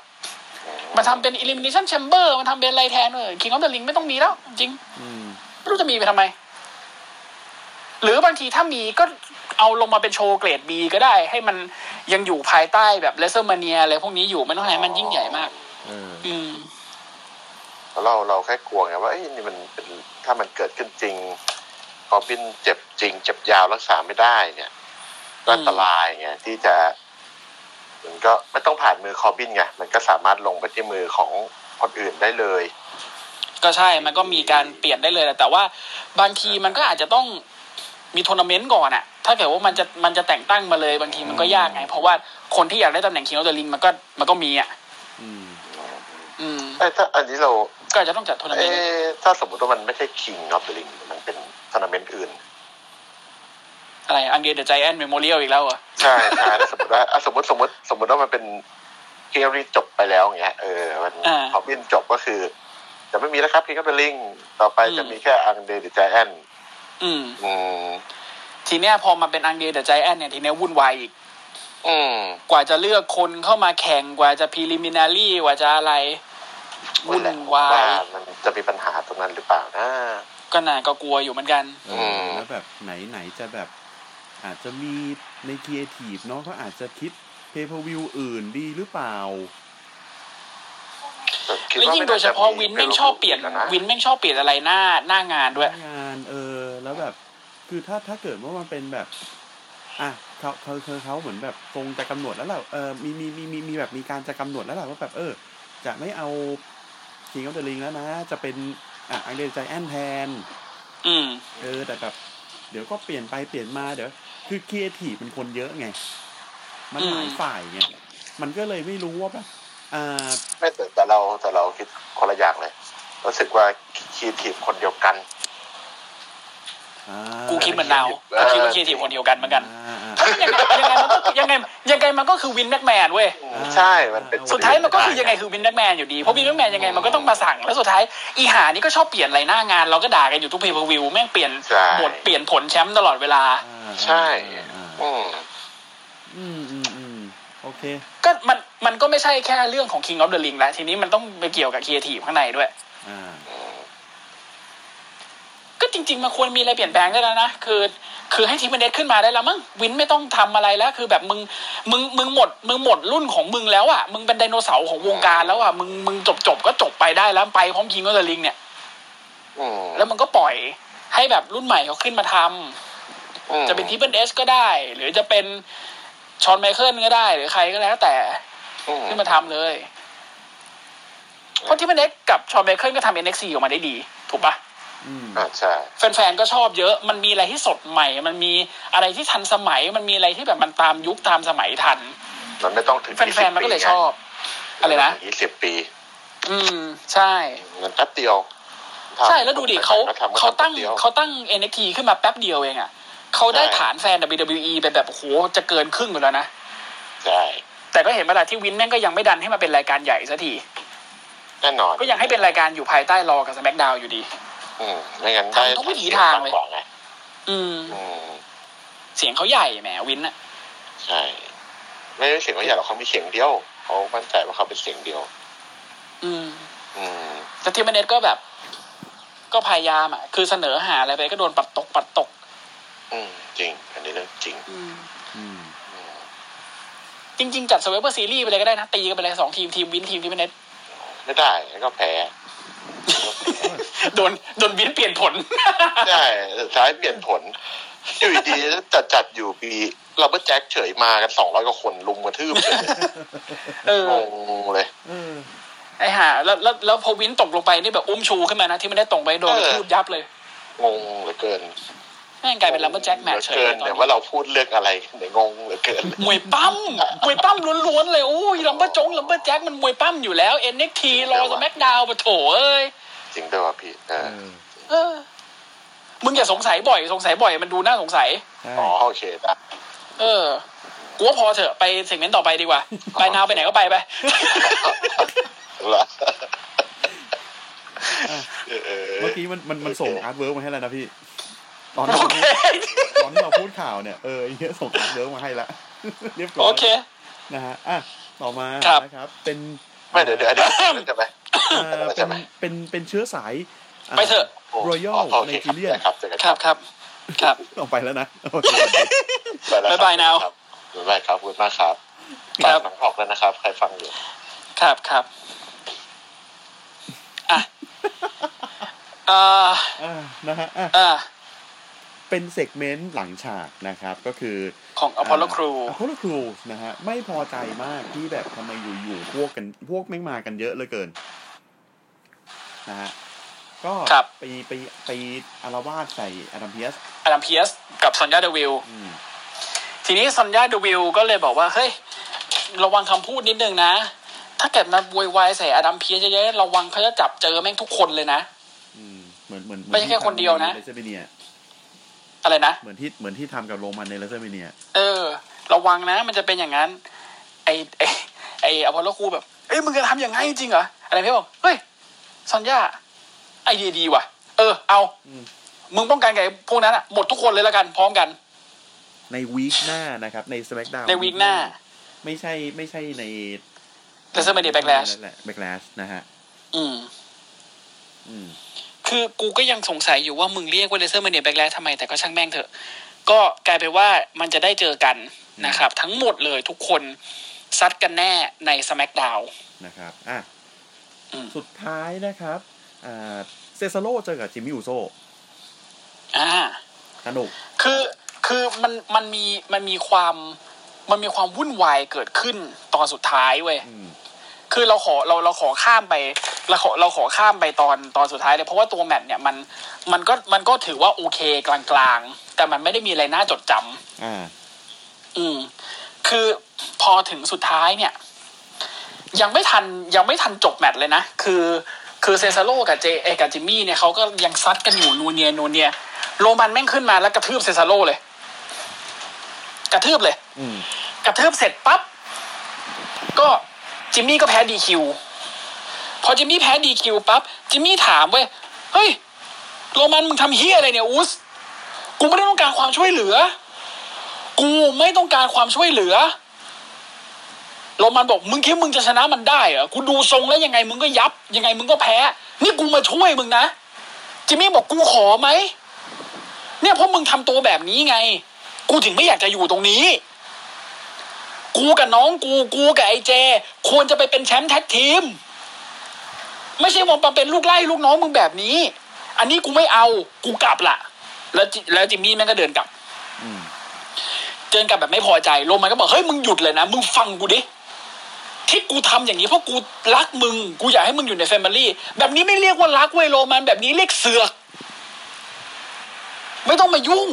Speaker 3: มันทำเป็น elimination chamber มันทำเป็นอะไรแทนเลย King of the Ring ไม่ต้องมีแล้ว จริง
Speaker 2: อืม
Speaker 3: ไม่รู้จะมีไปทำไม หรือบางทีถ้ามีก็เอาลงมาเป็นโชว์เกรด B ก็ได้ ให้มันยังอยู่ภายใต้แบบ l e s เซอร์มาเนียอะไรพวกนี้อยู่ไม่ต้องให้มันยิ่งใหญ่มาก
Speaker 2: เออ
Speaker 3: อืม
Speaker 4: เราเราแค่กลัวไงว่าเอ้ยนี่มันเป็นถ้ามันเกิดขึ้นจริงคอบินเจ็บจริง เจ็บยาวรักษาไม่ได้เนี่ย ก็อันตรายไงที่จะ มันก็ไม่ต้องผ่านมือคอบินไงมันก็สามารถลงไปที่มือของคนอื่นได้เลย
Speaker 3: ก็ใช่ มันก็มีการเปลี่ยนได้เลยแหละแต่ว่าบางทีมันก็อาจจะต้องมีทัวร์นาเมนต์ก่อนอะถ้าเกิดว่ามันจะมันจะแต่งตั้งมาเลยบางทีมันก็ยากไง เพราะว่าคนที่อยากได้ตำแหน่งคิงออฟเดอะลิงมันก็มันก็มีอะ
Speaker 2: อืม
Speaker 3: อืม
Speaker 4: ไอ้ยถ้าอันนี้เรา
Speaker 3: ก็อาจจะต้องจัดทัวร์นาเม
Speaker 4: เอ๊
Speaker 3: นต์
Speaker 4: ะถ้าสมมติว่ามันไม่ใช่ King of the Ring มันเป็นทัวร์นาเมนต์อื่น
Speaker 3: อะไรอังเดียเดอะใจแอนเมโมเรียลอีกแล้วเหรอ่ะ
Speaker 4: ใช่ใช่ ถ้าสมมติว่าอ่ะสมมติสมมติสมมติว่ามันเป็นเกมที่จบไปแล้วอย่างเงี้ยเออมันฮอบบินจบก็คือ จะไม่มีแล้วครับพีก็เป็นลิงต่อไปจะมีแค่อังเดรดิจแอน
Speaker 3: อืม
Speaker 4: อืม
Speaker 3: ทีเนี้ยพอมาเป็นอังเดียเดอะใจแอนเนี่ยทีเนี้ยวุ่นวายอีก
Speaker 4: อืม
Speaker 3: กว่าจะเลือกคนเข้ามาแข่งกว่าจะพ r ลิมินารีกว่าจะอะไรวุ่นวาย
Speaker 4: มันจะมีปัญหาตรงนั้นหรือเปล่านะ
Speaker 3: ก็น่าก็กลัวอยู่เหมือนกัน
Speaker 2: เออ
Speaker 4: ม
Speaker 2: แล้วแบบไหนไหนจะแบบ อาจจะมีในครีเอทีฟเนาะเขาอาจจะคิดเพย์เพวิวอื่นดีหรือเปล่า
Speaker 4: คิด
Speaker 3: แล้ว
Speaker 4: ว่า
Speaker 3: ยิ่ง
Speaker 4: ไม่
Speaker 3: โดยเฉพาะ
Speaker 4: จ
Speaker 3: วินแม่งชอบเปลี่ยน
Speaker 4: ะะ
Speaker 3: วินแม่งชอบเปลี่ยนอะไรหน้าหน้างานด้วย
Speaker 2: งานเออ แล้วแบบ คือถ้าถ้าเกิดว่ามันเป็นแบบ อ่ะเขาเขาเขาเขาเหมือนแบบทรงจะกำหนดแล้วแหละเออมีมีมีมีมีแบบมีการจะกำหนดแล้วแหละว่าแบบเออ จะไม่เอาคิง g อ f เดอะลิงแล้วนะ จะเป็นอ่ะอังเดรใจแอนแทน
Speaker 3: อืม
Speaker 2: เออ แต่แบบ เดี๋ยวก็เปลี่ยนไปเปลี่ยนมาเดี๋ยว คือครีเอทีฟมันคนเยอะไง มันหลาย
Speaker 3: อืม
Speaker 2: ฝ่ายไงมันก็เลยไม่รู้ว่าแบบอ่า
Speaker 4: ไม่แต่แต่เราแต่เราคิดคนละอย่างเลยรู้สึกว่าคีทีฟคนเดียวกัน
Speaker 2: อ่า
Speaker 3: กูคิดเหมือนเรา
Speaker 4: เออ
Speaker 3: กูคิดว่าครีเอทีฟคนเดียวกันเหมือนกัน
Speaker 2: อ่าอ่า
Speaker 3: ยังไงยังไงยังไงยังไงมันก็คือวินแม็กแมนเว้ย
Speaker 4: อืมใช่มันเป็น
Speaker 3: สุดท้ายมันก็คือยังไงคือวินแม็กแมนอยู่ดีเพราะวินแม็กแมนยังไงมันก็ต้องมาสั่งแล้วสุดท้ายอีหานี่ก็ชอบเปลี่ยนอะไรหน้างานเราก็ด่ากันอยู่ทุกเพย์วิวแม่งเปลี่ยน
Speaker 4: ใช่
Speaker 3: บทเปลี่ยนผลแชมป์ตลอดเวลา
Speaker 4: ใช่อืม
Speaker 2: อืมอืมอืมโอเค
Speaker 3: ก็มันมันก็ไม่ใช่แค่เรื่องของ King of the Ring แล้วทีนี้มันต้องไปเกี่ยวกับครีเอทีฟข้างในด้วย
Speaker 2: อ่า
Speaker 3: ก็จริง ๆ มันควรมีอะไรเปลี่ยนแปลงได้แล้วนะ คือ คือให้ทีมเนเดขึ้นมาได้แล้วมั้งวินไม่ต้องทำอะไรแล้ว คือแบบมึงมึงมึงหมดมึงหมดรุ่นของมึงแล้วอ่ะมึงเป็นไดโนเสาร์ของวงการแล้วอ่ะมึงมึงจบจบก็จบไปได้แล้วไปพร้อม King of the Ring เนี่ย
Speaker 4: อืม
Speaker 3: แล้วมึงก็ปล่อยให้แบบรุ่นใหม่เขาขึ้นมาทำ
Speaker 4: อืม
Speaker 3: จะเป็นทีมเนเดก็ได้ หรือจะเป็นชอนไมเคิลก็ได้ หรือใครก็แล้วแต่
Speaker 4: อืม
Speaker 3: ขึ้นมาทำเลย เพราะที่เป็นเอ็กกับชอนเบเคิลก็ทำ NXT ออกมาได้ดี ถูกปะ
Speaker 2: อืม
Speaker 4: อ่าใช่
Speaker 3: แฟนๆ ก็ชอบเยอะ มันมีอะไรที่สดใหม่ มันมีอะไรที่ทันสมัย มันมีอะไรที่แบบมันตามยุคตามสมัยทัน
Speaker 4: มันไม่ต้องถึง
Speaker 3: แฟนๆ มันก็เลยชอบ อะไรนะ
Speaker 4: ยี่สิบปี
Speaker 3: อืม ใช่
Speaker 4: มันแป๊บเดียวทำ
Speaker 3: ใช่ แล้วดูดิเขา
Speaker 4: ก็ทำก็
Speaker 3: เขาตั้ง
Speaker 4: ทำแป๊บดียว
Speaker 3: เขาตั้ง NXT ขึ้นมาแป๊บเดียวเองอ่ะเขาได้ฐานแฟน WWE ไปแบบโอ้โหจะเกินครึ่งอยู่แล้วนะ
Speaker 4: ใช่
Speaker 3: แต่ก็เห็นเวลาที่วินแม่งก็ยังไม่ดันให้มาเป็นรายการใหญ่สักที
Speaker 4: แน่นอน
Speaker 3: ก็ยังให้เป็นรายการอยู่ภายใต้รอกับสแมกดาวอยู่ดี
Speaker 4: อืมไม่งั้นได้
Speaker 3: ทำทุกวิถีทางเลย
Speaker 4: มกกว่ไง
Speaker 3: อืม
Speaker 4: อืม
Speaker 3: เสียงเขาใหญ่แหมวินอะ
Speaker 4: ใช่ไม่ได้เสียงเขาใหญ่หรอกเขามีเสียงเดียวเขามั่นใจว่าเขาเป็นเสียงเดียว
Speaker 3: อืม
Speaker 4: อืม
Speaker 3: แต่ทีมเนตก็แบบ ก็พยายามอะคือเสนอหาอะไรไปก็โดนปัดตกปัดตก
Speaker 4: อืมจริง อันนี้เรื่องจริง
Speaker 2: อืม
Speaker 4: อืม
Speaker 3: จริง ๆ จัดสเวเปอร์ซีรีส์ไปเลยก็ได้นะ ตีกันไปเลยสองทีมทีมวินทีมทีมเนต
Speaker 4: ไม่ได้งั้นก็แพ้
Speaker 3: โดนโดนวินเปลี่ยนผล
Speaker 4: ใช่สุดท้ายเปลี่ยนผลอยู่ดีๆจัดจัดๆอยู่ปีเราเบอร์แจ็คเฉยมากันสองร้อยกว่าคนลุมกระทืบเลย
Speaker 3: เออ
Speaker 4: งงเลย
Speaker 2: เออ
Speaker 3: ไอ้ห่าแล้วแล้วแล้วพอวินตกลงไปนี่แบบอุ้มชูขึ้นมานะ ที่มันได้ตรงไปโดนกระทืบยับเลย
Speaker 4: งงเหลือเกิน
Speaker 3: แม่งกลายเป็นลัมเบอร์แจ็คแมตช์เฉย
Speaker 4: เกิ
Speaker 3: เล
Speaker 4: น
Speaker 3: ยตอน
Speaker 4: แต่
Speaker 3: นี้
Speaker 4: ว่าเราพูดเรื่องอะไรเดี๋ยวงงเหลือเกิน
Speaker 3: มวยปั้มมวยปั้มล้วนๆเลยอุ้ยลัมเบอร์จงลัมเบอร์แจ็คมันมวยปั้มอยู่แล้วเอ็นเอ็กทีรอสแมกดาวปะโถเอ้ย
Speaker 4: จริงด้วยว่ะพี่
Speaker 2: เอ
Speaker 4: เออ
Speaker 2: อ
Speaker 3: เออ มึงอย่าสงสัยบ่อย สงสัยบ่อยมันดูน่าสงสัย
Speaker 2: ใช่
Speaker 4: อ๋อโอเคนะ
Speaker 3: เออ กูว่าพอเถอะไปเซกเมนต์ต่อไป ดีกว่า ไปนาวไปไหนก็ไป ไป
Speaker 4: เหรอ
Speaker 2: อ่ะ
Speaker 4: เออเอ
Speaker 2: เมื่อ
Speaker 4: อ
Speaker 2: กี้มันมันมันส่งอาร์ตเวิร์กมาให้แล้วนะพี่ ตอนที่
Speaker 3: โอ
Speaker 2: เรา
Speaker 3: เค
Speaker 2: ตอนที่เราพูดข่าวเนี่ย เออไอ้เนี้ยส่งอาร์ตเวิร์กมาให้ละ เรียบร้อย
Speaker 3: โอเค
Speaker 2: นะฮะ อ่ะ ต่อมา
Speaker 3: ครับ
Speaker 2: นะครับ เป็น
Speaker 4: ไม่เดี๋ยวเดี๋ยวเดี๋ยวจะไป
Speaker 2: อ่า
Speaker 4: ใช่
Speaker 2: เป็น
Speaker 4: ไหม
Speaker 2: เป็น เป็นเชื้อสายา
Speaker 3: ไปเถอะ
Speaker 2: Royal
Speaker 4: โอเคครับ
Speaker 2: Nigerian
Speaker 4: ได้ครับเจอกัน
Speaker 3: ครับครับ ครับ
Speaker 2: ออกไปแล้วนะ โอเค
Speaker 4: แล้ครับ
Speaker 3: ๊ายบายนะ
Speaker 4: ครับบ๊ายบายครับขอบคุณมากครับ
Speaker 3: ค
Speaker 4: ตา
Speaker 3: รั
Speaker 4: ม
Speaker 3: บ
Speaker 4: หนังออกแล้วนะครับ ใครฟังอยู่
Speaker 3: ครับครับ อ่ะเอ่อ
Speaker 2: อ่า นะฮะ อ่ะ
Speaker 3: เอ่อ
Speaker 2: เป็นเซกเมนต์หลังฉากนะครับ ก็คือ
Speaker 3: ของอพอลโลครู
Speaker 2: พอลครูนะฮะ ไม่พอใจมากที่แบบทำไมอยู่ๆพวกกันพวกไม่งมากันเยอะเหลือเกินนะฮะก็
Speaker 3: ครับ
Speaker 2: ไปไปไปอารวาสใส่อดัมเพียส
Speaker 3: อดัมเพียสกับซอนยาเดวิล
Speaker 2: อืม
Speaker 3: ทีนี้ซอนยาเดวิลก็เลยบอกว่า เฮ้ย ระวังคำพูดนิดนึงนะ ถ้าเกิดมาบวยวายใส่อดัมเพียร์เยอะๆระวังเขาจะจับเจอแม่งทุกคนเลยนะ
Speaker 2: อืมเหมือนเหมือน
Speaker 3: ไม่ใช่แค่คนเดียวนะ
Speaker 2: เลเซเมเนีย
Speaker 3: อะไรนะ
Speaker 2: เหมือนที่เหมือนที่ทำกับโรมันในเลเซเมเนีย
Speaker 3: เออ ระวังนะ มันจะเป็นอย่างนั้น ไอไอไออพอลโลครูแบบเอ้ยมึงจะทำอย่างไงจริงเหรออะไรเพี่บอกเฮ้ยซอนย่าไอเดียดีว่ะ เออ เอา มึงป้องกันไก่พวกนั้นอะหมดทุกคนเลยละกันพร้อมกัน
Speaker 2: ในวีคหน้านะครับในสแมกดาว
Speaker 3: ในวีคหน้า
Speaker 2: ไม่ใช่ไม่ใช่ใน
Speaker 3: WrestleMania Backlash
Speaker 2: แบคแลชนะฮะ
Speaker 3: อืม
Speaker 2: อืม
Speaker 3: คือกูก็ยังสงสัยอยู่ว่ามึงเรียกว่าเลเซอร์มาเนียแบ็กแลทำไมแต่ก็ช่างแม่งเถอะ ก็กลายเป็นว่ามันจะได้เจอกันนะครับ ทั้งหมดเลยทุกคนซัดกันแน่ใน SmackDown
Speaker 2: นะครับ อ่ะ
Speaker 3: อืม
Speaker 2: สุดท้ายนะครับ อ่า เซซาโลเจอกับจิมมี่อูโซ
Speaker 3: อ่า
Speaker 2: สนุก
Speaker 3: คือคือมันมันมีมันมีความมันมีความวุ่นวายเกิดขึ้นตอนสุดท้ายเว้ย
Speaker 2: อืม
Speaker 3: คือเราขอเราเราขอข้ามไปเราขอเราขอข้ามไปตอนตอนสุดท้ายเลยเพราะว่าตัวแมทเนี่ยมันมันก็มันก็ถือว่าโอเคกลางๆ แต่มันไม่ได้มีอะไรน่าจดจำ
Speaker 2: อ่า
Speaker 3: อืมคือพอถึงสุดท้ายเนี่ย ยังไม่ทันยังไม่ทันจบแมตช์เลยนะ คือคือเซซาโร่กับเจเอยกับจิมมี่เนี่ยเขาก็ยังซัดกันอยู่นูเนียนูเนียโรมันแม่งขึ้นมาแล้วกระทืบเซซาโร่เลย กระทืบเลย
Speaker 2: อืม
Speaker 3: กระทืบเสร็จปั๊บ ก็จิมมี่ก็แพ้ดีคิวพอจิมมี่แพ้ดีคิวปั๊บจิมมี่ถามเว้ยเฮ้ยโรมันมึงทำเฮียอะไรเนี่ยอูสกูไม่ได้ต้องการความช่วยเหลือ กูไม่ต้องการความช่วยเหลือโรมันบอกมึงคิดมึงจะชนะมันได้เหรอกูดูทรงแล้วยังไงมึงก็ยับ ยังไงมึงก็แพ้ นี่กูมาช่วยมึงนะจิมมี่บอกกูขอไหมเนี่ยเพราะมึงทำตัวแบบนี้ไง กูถึงไม่อยากจะอยู่ตรงนี้ กูกับน้องกูกูกับไอ้เจ ควรจะไปเป็นแชมป์แท็กทีม ไม่ใช่ว่ามาเป็นลูกไล่ลูกน้องมึงแบบนี้ อันนี้กูไม่เอากูกลับละแล้วจิแล้วจิมมี่แม่งก็เดินกลับ
Speaker 2: อืม
Speaker 3: เดินกลับแบบไม่พอใจโรมันก็บอกเฮ้ยมึงหยุดเลยนะมึงฟังกูดิที่กูทำอย่างนี้เพราะกูรักมึง กูอยากให้มึงอยู่ในแฟมิลี่แบบนี้ไม่เรียกว่ารักเว้ยโรมันแบบนี้เรียกเสือก ไม่ต้องมายุ่ง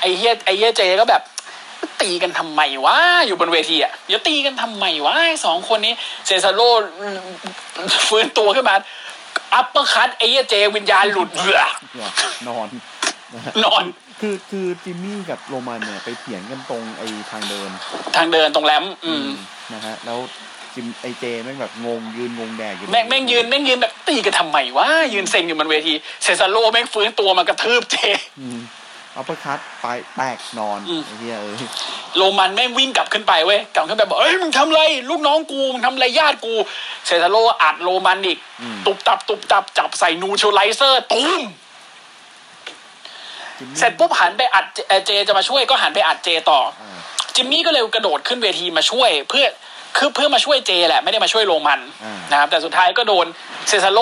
Speaker 3: ไอ้เฮียไอ้เฮียเจก็แบบ ตีกันทำไมวะอยู่บนเวทีอ่ะเดี๋ยวตีกันทำไมวะไอ้สองคนนี้ เซซาโร่ฟื้นตัวขึ้นมา อัปเปอร์คัตไอ้เฮียเจ วิญญาณหลุดเหลือน
Speaker 2: อน
Speaker 3: นอน
Speaker 2: คือคือจิมมี่กับโรมันเนี่ย ไปเถียงกันตรงไอ้ทางเดิน
Speaker 3: ทางเดินตรงแรมอืม
Speaker 2: นะฮะ แล้วจิมไอเจแม่งแบบงงยืนงงแดกอยู่
Speaker 3: แม่งแม่งยืนแม่งยืนแบบตีกันทำไมวะยืนเซ็งอยู่บนเวทีเซซาโลแม่งฟื้นตัวมากระทืบเจ
Speaker 2: อืมอัปเปอร์คัตไปแตกนอน
Speaker 3: อืม
Speaker 2: ไอ้เหี้ยเอ้ย
Speaker 3: โรมันแม่งวิ่งกลับขึ้นไปเว้ยกลับขึ้นไปบอกเอ้ยมึงทำอะไรลูกน้องกูมึงทำอะไรญาติกูเซซาโลอัดโรมันอีก ตุบตับตุบตับจับใส่นูโชไลเซอร์ตุ้ม
Speaker 2: จิมมี่
Speaker 3: เสร็จปุ๊บหันไปอัดเจเอ่อเจจะมาช่วยก็หันไปอัดเจต่อ
Speaker 2: อ่า
Speaker 3: จิมมี่ก็เลยกระโดดขึ้นเวทีมาช่วย เพื่อคือเพื่อมาช่วยเจแหละไม่ได้มาช่วยโรมันนะครับแต่สุดท้ายก็โดนเซซาโล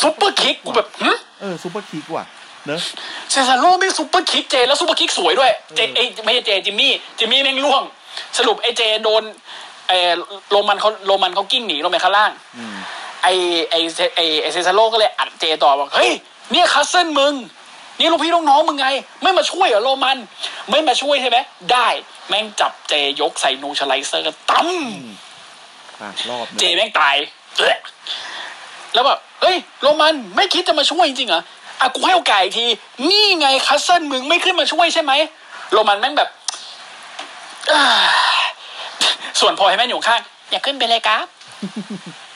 Speaker 3: ซุปเปอร์คิกกูแบบหึ
Speaker 2: เออซูเปอร์คิกว่ะ เนอะ
Speaker 3: เซซาโร่ไม่งซุปเปอร์คิกเจ แล้วซุปเปอร์คิกสวยด้วยเจไอยไม่ใช่เจจิมมี่จิมมี่แม่งล่วง สรุปไอเจโดนไอโรมันเขาโรมันเขากิ้งหนีลงไปข้างล่าง
Speaker 2: อืม
Speaker 3: ไอไอเซไอไอเซซาโร่ก็เลยอัดเจต่อบอกเฮ้ยเนี่ยคัสเซิลมึง นี่ลูกพี่ลูกน้องมึงไง ไม่มาช่วยเหรอโรมัน ไม่มาช่วยใช่ไหมได้แม่งจับเจยกใส่นูชไลเซอร์ตั้ม
Speaker 2: อ่ะรอบหนึ่ง
Speaker 3: เจแม่งตายเอื้อแล้วแบบเฮ้ย โรมันไม่คิดจะมาช่วยจริงๆเหรอ อ่ะกูให้โอกาสอีกที นี่ไงคัสเซิลมึงไม่ขึ้นมาช่วยใช่ไหม โรมันแม่งแบบ อ่าส่วนพลอยแม่งอยู่ข้าง อย่าขึ้นไปเลยครับ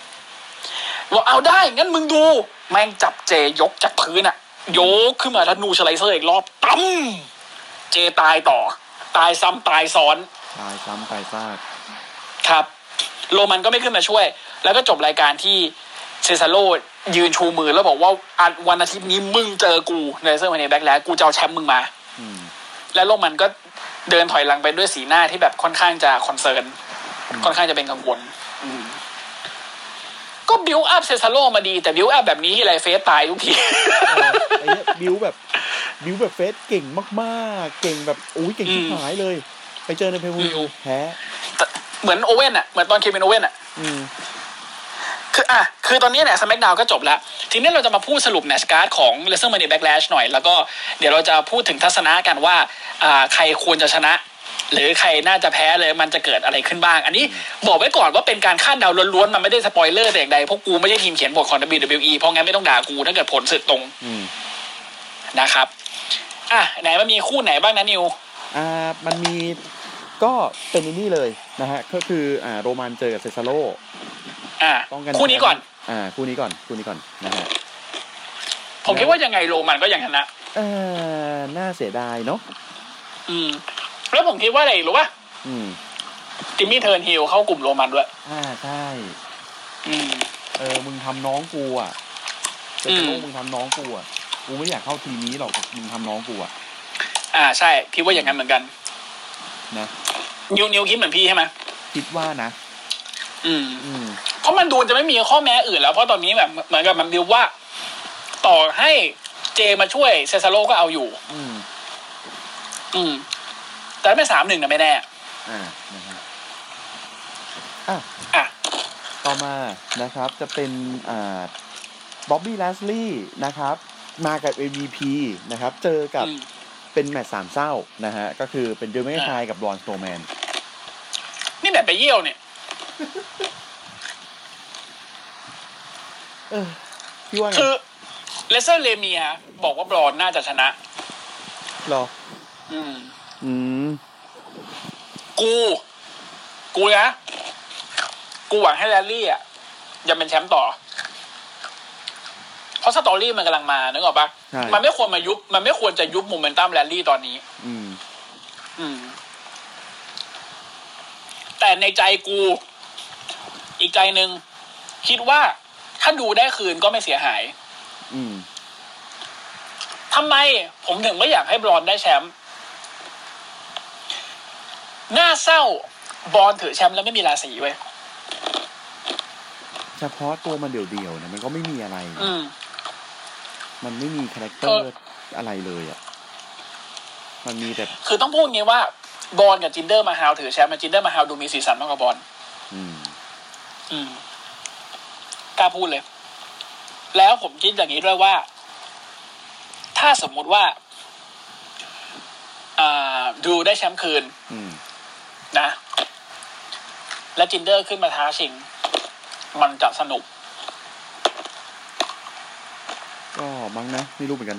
Speaker 3: บอกเอาได้ งั้นมึงดู แม่งจับเจยกจากพื้นอะโยกขึ้นมาแล้วนูชไลเซอร์อีกรอบตั้มเจตายต่อ ตายซ้ำตายซ้อน
Speaker 2: ตายซ้ำตายซาก
Speaker 3: ครับ โรมันก็ไม่ขึ้นมาช่วย แล้วก็จบรายการที่เซซาโลยืนชูมือแล้วบอกว่าอันวันอาทิตย์นี้มึงเจอกูในเซอร์มาเนียแบ็กแล้วกูจะเอาแชมป์มึงมา
Speaker 2: อืม
Speaker 3: และโรมันก็เดินถอยหลังไปด้วยสีหน้าที่แบบค่อนข้างจะคอนเซิร์นค่อนข้างจะเป็นกังวลอืมก็บิวอัพเซซาโลมาดี แต่บิวอัพแบบนี้ที่ไรเฟสตายทุกที
Speaker 2: ไอ้เนี้ยบิวแบบบิวแบบเฟสเก่งมากๆ เก่งแบบอุ้ยเก่งชิบหายเลย ไปเจอในเพลวู
Speaker 3: อืม
Speaker 2: แพ้
Speaker 3: แต่เหมือนโอเว่นอะเหมือนตอนเควินโอเว่นอะ
Speaker 2: อืม
Speaker 3: คืออ่ะคือตอนนี้เนี่ยสแมกดาวก็จบแล้ว ทีนี้เราจะมาพูดสรุปแมตชการ์ดของ l e s n a r m a n i a Backlash หน่อย แล้วก็เดี๋ยวเราจะพูดถึงทัศนะกันว่าอ่าใครควรจะชนะ หรือใครน่าจะแพ้เลยมันจะเกิดอะไรขึ้นบ้าง อันนี้บอกไว้ก่อนว่าเป็นการคาดเดาล้วนๆ มันไม่ได้สปอยเลอร์แต่อย่างใดเพราะกูไม่ใช่ทีมเขียนบทของ WWE เพราะงั้นไม่ต้องด่ากูถ้าเกิดผลสึกตรง
Speaker 2: อืม
Speaker 3: นะครับอ่ะไหนมันมีคู่ไหนบ้างนะนิว
Speaker 2: อ่ามันมีก็เป็นไอ้นี่เลยนะฮะก็คืออ่าโรมันเจอกับเซซาโล
Speaker 3: อ่ะ
Speaker 2: ป้องกัน
Speaker 3: คู่นี้ก่อน
Speaker 2: อ่าคู่นี้ก่อนคู่นี้ก่อนนะฮะ
Speaker 3: ผมคิดว่ายังไงโรมันก็ยังชนะ
Speaker 2: เออน่าเสียดายเนาะ
Speaker 3: อืม แล้วผมคิดว่าอะไรรู้ป่ะ
Speaker 2: อืม
Speaker 3: จิมมี่เทิร์นฮิลเข้ากลุ่มโรมันด้วย
Speaker 2: อ่าใช่
Speaker 3: อืม
Speaker 2: เออมึงทำน้องกูอ่ะเซซาโล
Speaker 3: อืม
Speaker 2: มึงทำน้องกูอ่ะกูไม่อยากเข้าทีมนี้หรอกมึงทำน้องกูอ่ะ
Speaker 3: อ่าใช่พี่ว่าอย่างนั้นเหมือนกัน
Speaker 2: นะ
Speaker 3: นิวนิวคิดเหมือนพี่ใช่ไหม
Speaker 2: คิดว่านะ
Speaker 3: อืม
Speaker 2: อืม
Speaker 3: เพราะมันดูจะไม่มีข้อแม้อื่นแล้ว เพราะตอนนี้แบบเหมือนกับมันดิวว่า ต่อให้เจมาช่วยเซซาโลก็เอาอยู่
Speaker 2: อืม
Speaker 3: อืม แต่ไม่สามหนึ่งนะไม่แน่
Speaker 2: อ่านะฮะ
Speaker 3: อ่ะ
Speaker 2: ต่อมานะครับจะเป็นอ่าบ๊อบบี้แลสลี่นะครับ มากับ MVP นะครับ เจอกับ
Speaker 3: อืม
Speaker 2: เป็นแมตช์สามเศร้านะฮะ ก็คือเป็นดิวเมกไทยกับบรอนสโตแมน
Speaker 3: นี่แบบไปเยี่ยวเนี่ย
Speaker 2: เออพี่ว่าไง
Speaker 3: คือเลเซอร์เลเมียบอกว่าบรอนน่าจะชนะ
Speaker 2: หรอ
Speaker 3: อืม
Speaker 2: อืม
Speaker 3: กู กูนะ กูหวังให้แรลลี่อ่ะยังเป็นแชมป์ต่อ เพราะสตอรี่มันกำลังมานึกออกปะ
Speaker 2: ใช่
Speaker 3: มันไม่ควรมายุบ มันไม่ควรจะยุบโมเมนตัมแรลลี่ตอนนี้
Speaker 2: อืม
Speaker 3: อืม แต่ในใจกู อีกใจหนึ่งคิดว่าถ้าดูได้คืนก็ไม่เสียหาย
Speaker 2: อืม
Speaker 3: ทำไมผมถึงไม่อยากให้บรอนได้แชมป์หน้าเศร้าบรอนถือแชมป์แล้วไม่มีราศีเว้ย
Speaker 2: เฉพาะตัวมันเดี่ยวๆนะมันก็ไม่มีอะไรนะ
Speaker 3: อืม
Speaker 2: มันไม่มีคาแรคเตอร์อะไรเลยอ่ะ มันมีแต่
Speaker 3: คือต้องพูดงี้ว่าบอลกับจินเดอร์มาฮาวถือแชมป์มาจินเดอร์มาฮาวดูมีสีสันมากกว่าบอล
Speaker 2: อืม
Speaker 3: อืมกล้าพูดเลย แล้วผมคิดอย่างนี้ด้วยว่า ถ้าสมมุติว่า อ่าดูได้แชมป์คืน
Speaker 2: อืม
Speaker 3: นะ และจินเดอร์ขึ้นมาท้าชิง มันจะสนุก
Speaker 2: ก็มั้งนะ ไม่รู้เหมือนกัน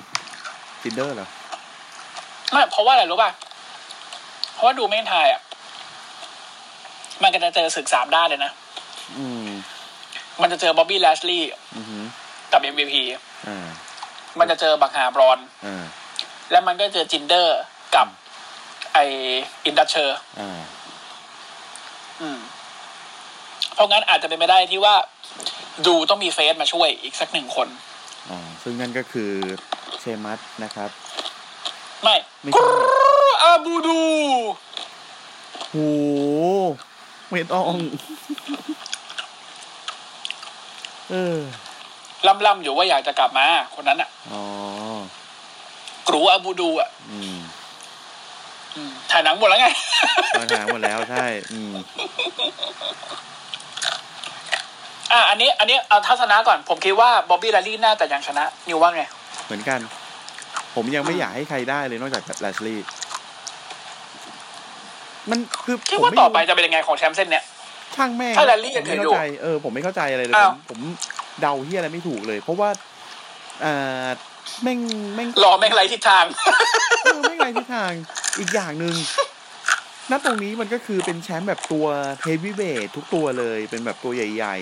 Speaker 2: ซินเดอร์เหรอ
Speaker 3: ไม่เพราะว่าอะไรรู้ป่ะ เพราะว่าดูไม่ทายอ่ะ มันก็จะเจอศึกสามด้านเลยนะ
Speaker 2: อืม
Speaker 3: มันจะเจอบ๊อบบี้แลชลีย์
Speaker 2: อือหือ
Speaker 3: กับ MVP
Speaker 2: อ่า
Speaker 3: มันจะเจอบักฮาบรอน
Speaker 2: อ่า
Speaker 3: แล้วมันก็เจอจินเดอร์กับ ไออินดัชเชอร์
Speaker 2: อ่า
Speaker 3: เพราะงั้นอาจจะเป็นไปได้ที่ว่าดูต้องมีเฟสมาช่วยอีกสักหนึ่งคน
Speaker 2: อ่า ซึ่งนั่นก็คือเชมัสนะครับ
Speaker 3: ไม่
Speaker 2: ไม่ใช่
Speaker 3: อาบูดู
Speaker 2: โหไม่ต้อง เออ
Speaker 3: ล่ำๆอยู่ว่าอยากจะกลับมา คนนั้นอะ
Speaker 2: อ๋อ
Speaker 3: กรูอาบูดูอะ
Speaker 2: อืม
Speaker 3: อืมถ่ายหนังหมดแล้วไง
Speaker 2: ปัญหาหมดแล้วใช่ อืม
Speaker 3: อ่ะอันนี้ อันนี้เอาทัศนะก่อน ผมคิดว่าบ๊อบบี้ลารี่น่าแต่ยังชนะ นิวว่าไง
Speaker 2: เหมือนกัน ผมยังไม่อยากให้ใครได้เลยนอกจากแบบแลชลีย์มันคือ
Speaker 3: คิด
Speaker 2: ผม
Speaker 3: ว่า
Speaker 2: ไม่
Speaker 3: ต่อไปจะเป็นยังไงของแชมป์เส้นเนี่ย
Speaker 2: ช่างแม่ง
Speaker 3: ถ้าแลชลีย์
Speaker 2: ผมไม่
Speaker 3: ยังถืออยู่
Speaker 2: เข้าใจ เออ ผมไม่เข้าใจอะไรเลย
Speaker 3: อ้า
Speaker 2: ผ
Speaker 3: ว
Speaker 2: มผมเดาเฮียอะไรไม่ถูกเลย เพราะว่าอ่าแม่งแม่ง
Speaker 3: รอแม่งไรทิศทาง
Speaker 2: เออไม่ไงทิศทางอีกอย่างหนึ่งณตรงนี้มันก็คือเป็นแชมป์แบบตัวเฮฟวีเวททุกตัวเลย เป็นแบบตัวใหญ่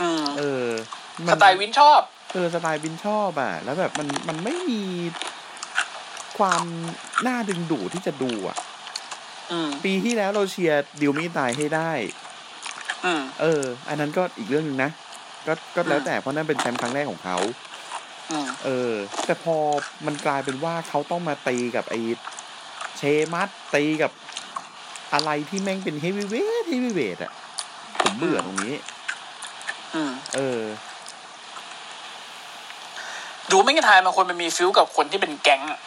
Speaker 3: อืม
Speaker 2: ๆ เออมั
Speaker 3: สไตล์วินชอบ
Speaker 2: เออสไตล์วินชอบอ่ะ แล้วแบบมันมันไม่มีความน่าดึงดูดที่จะดูอ่ะ
Speaker 3: อืม
Speaker 2: ปีที่แล้วเราเชียร์ดิวมี่ตายให้ได้
Speaker 3: อืม
Speaker 2: เออ อันนั้นก็อีกเรื่องหนึ่งนะ ก็ก็แล้วแต่เพราะนั่นเป็นแชมป์ครั้งแรกของเขา
Speaker 3: อืม
Speaker 2: เออ แต่พอมันกลายเป็นว่าเขาต้องมาตีกับไอ้เชมัสตีกับอะไรที่แม่งเป็นเฮฟวีเวทเฮฟวีเวทอะผมเบื่อตรงนี้
Speaker 3: อืม
Speaker 2: เออ
Speaker 3: ดูไม่กระทายมันควรมันมีฟิลกับคนที่เป็นแก๊งอะ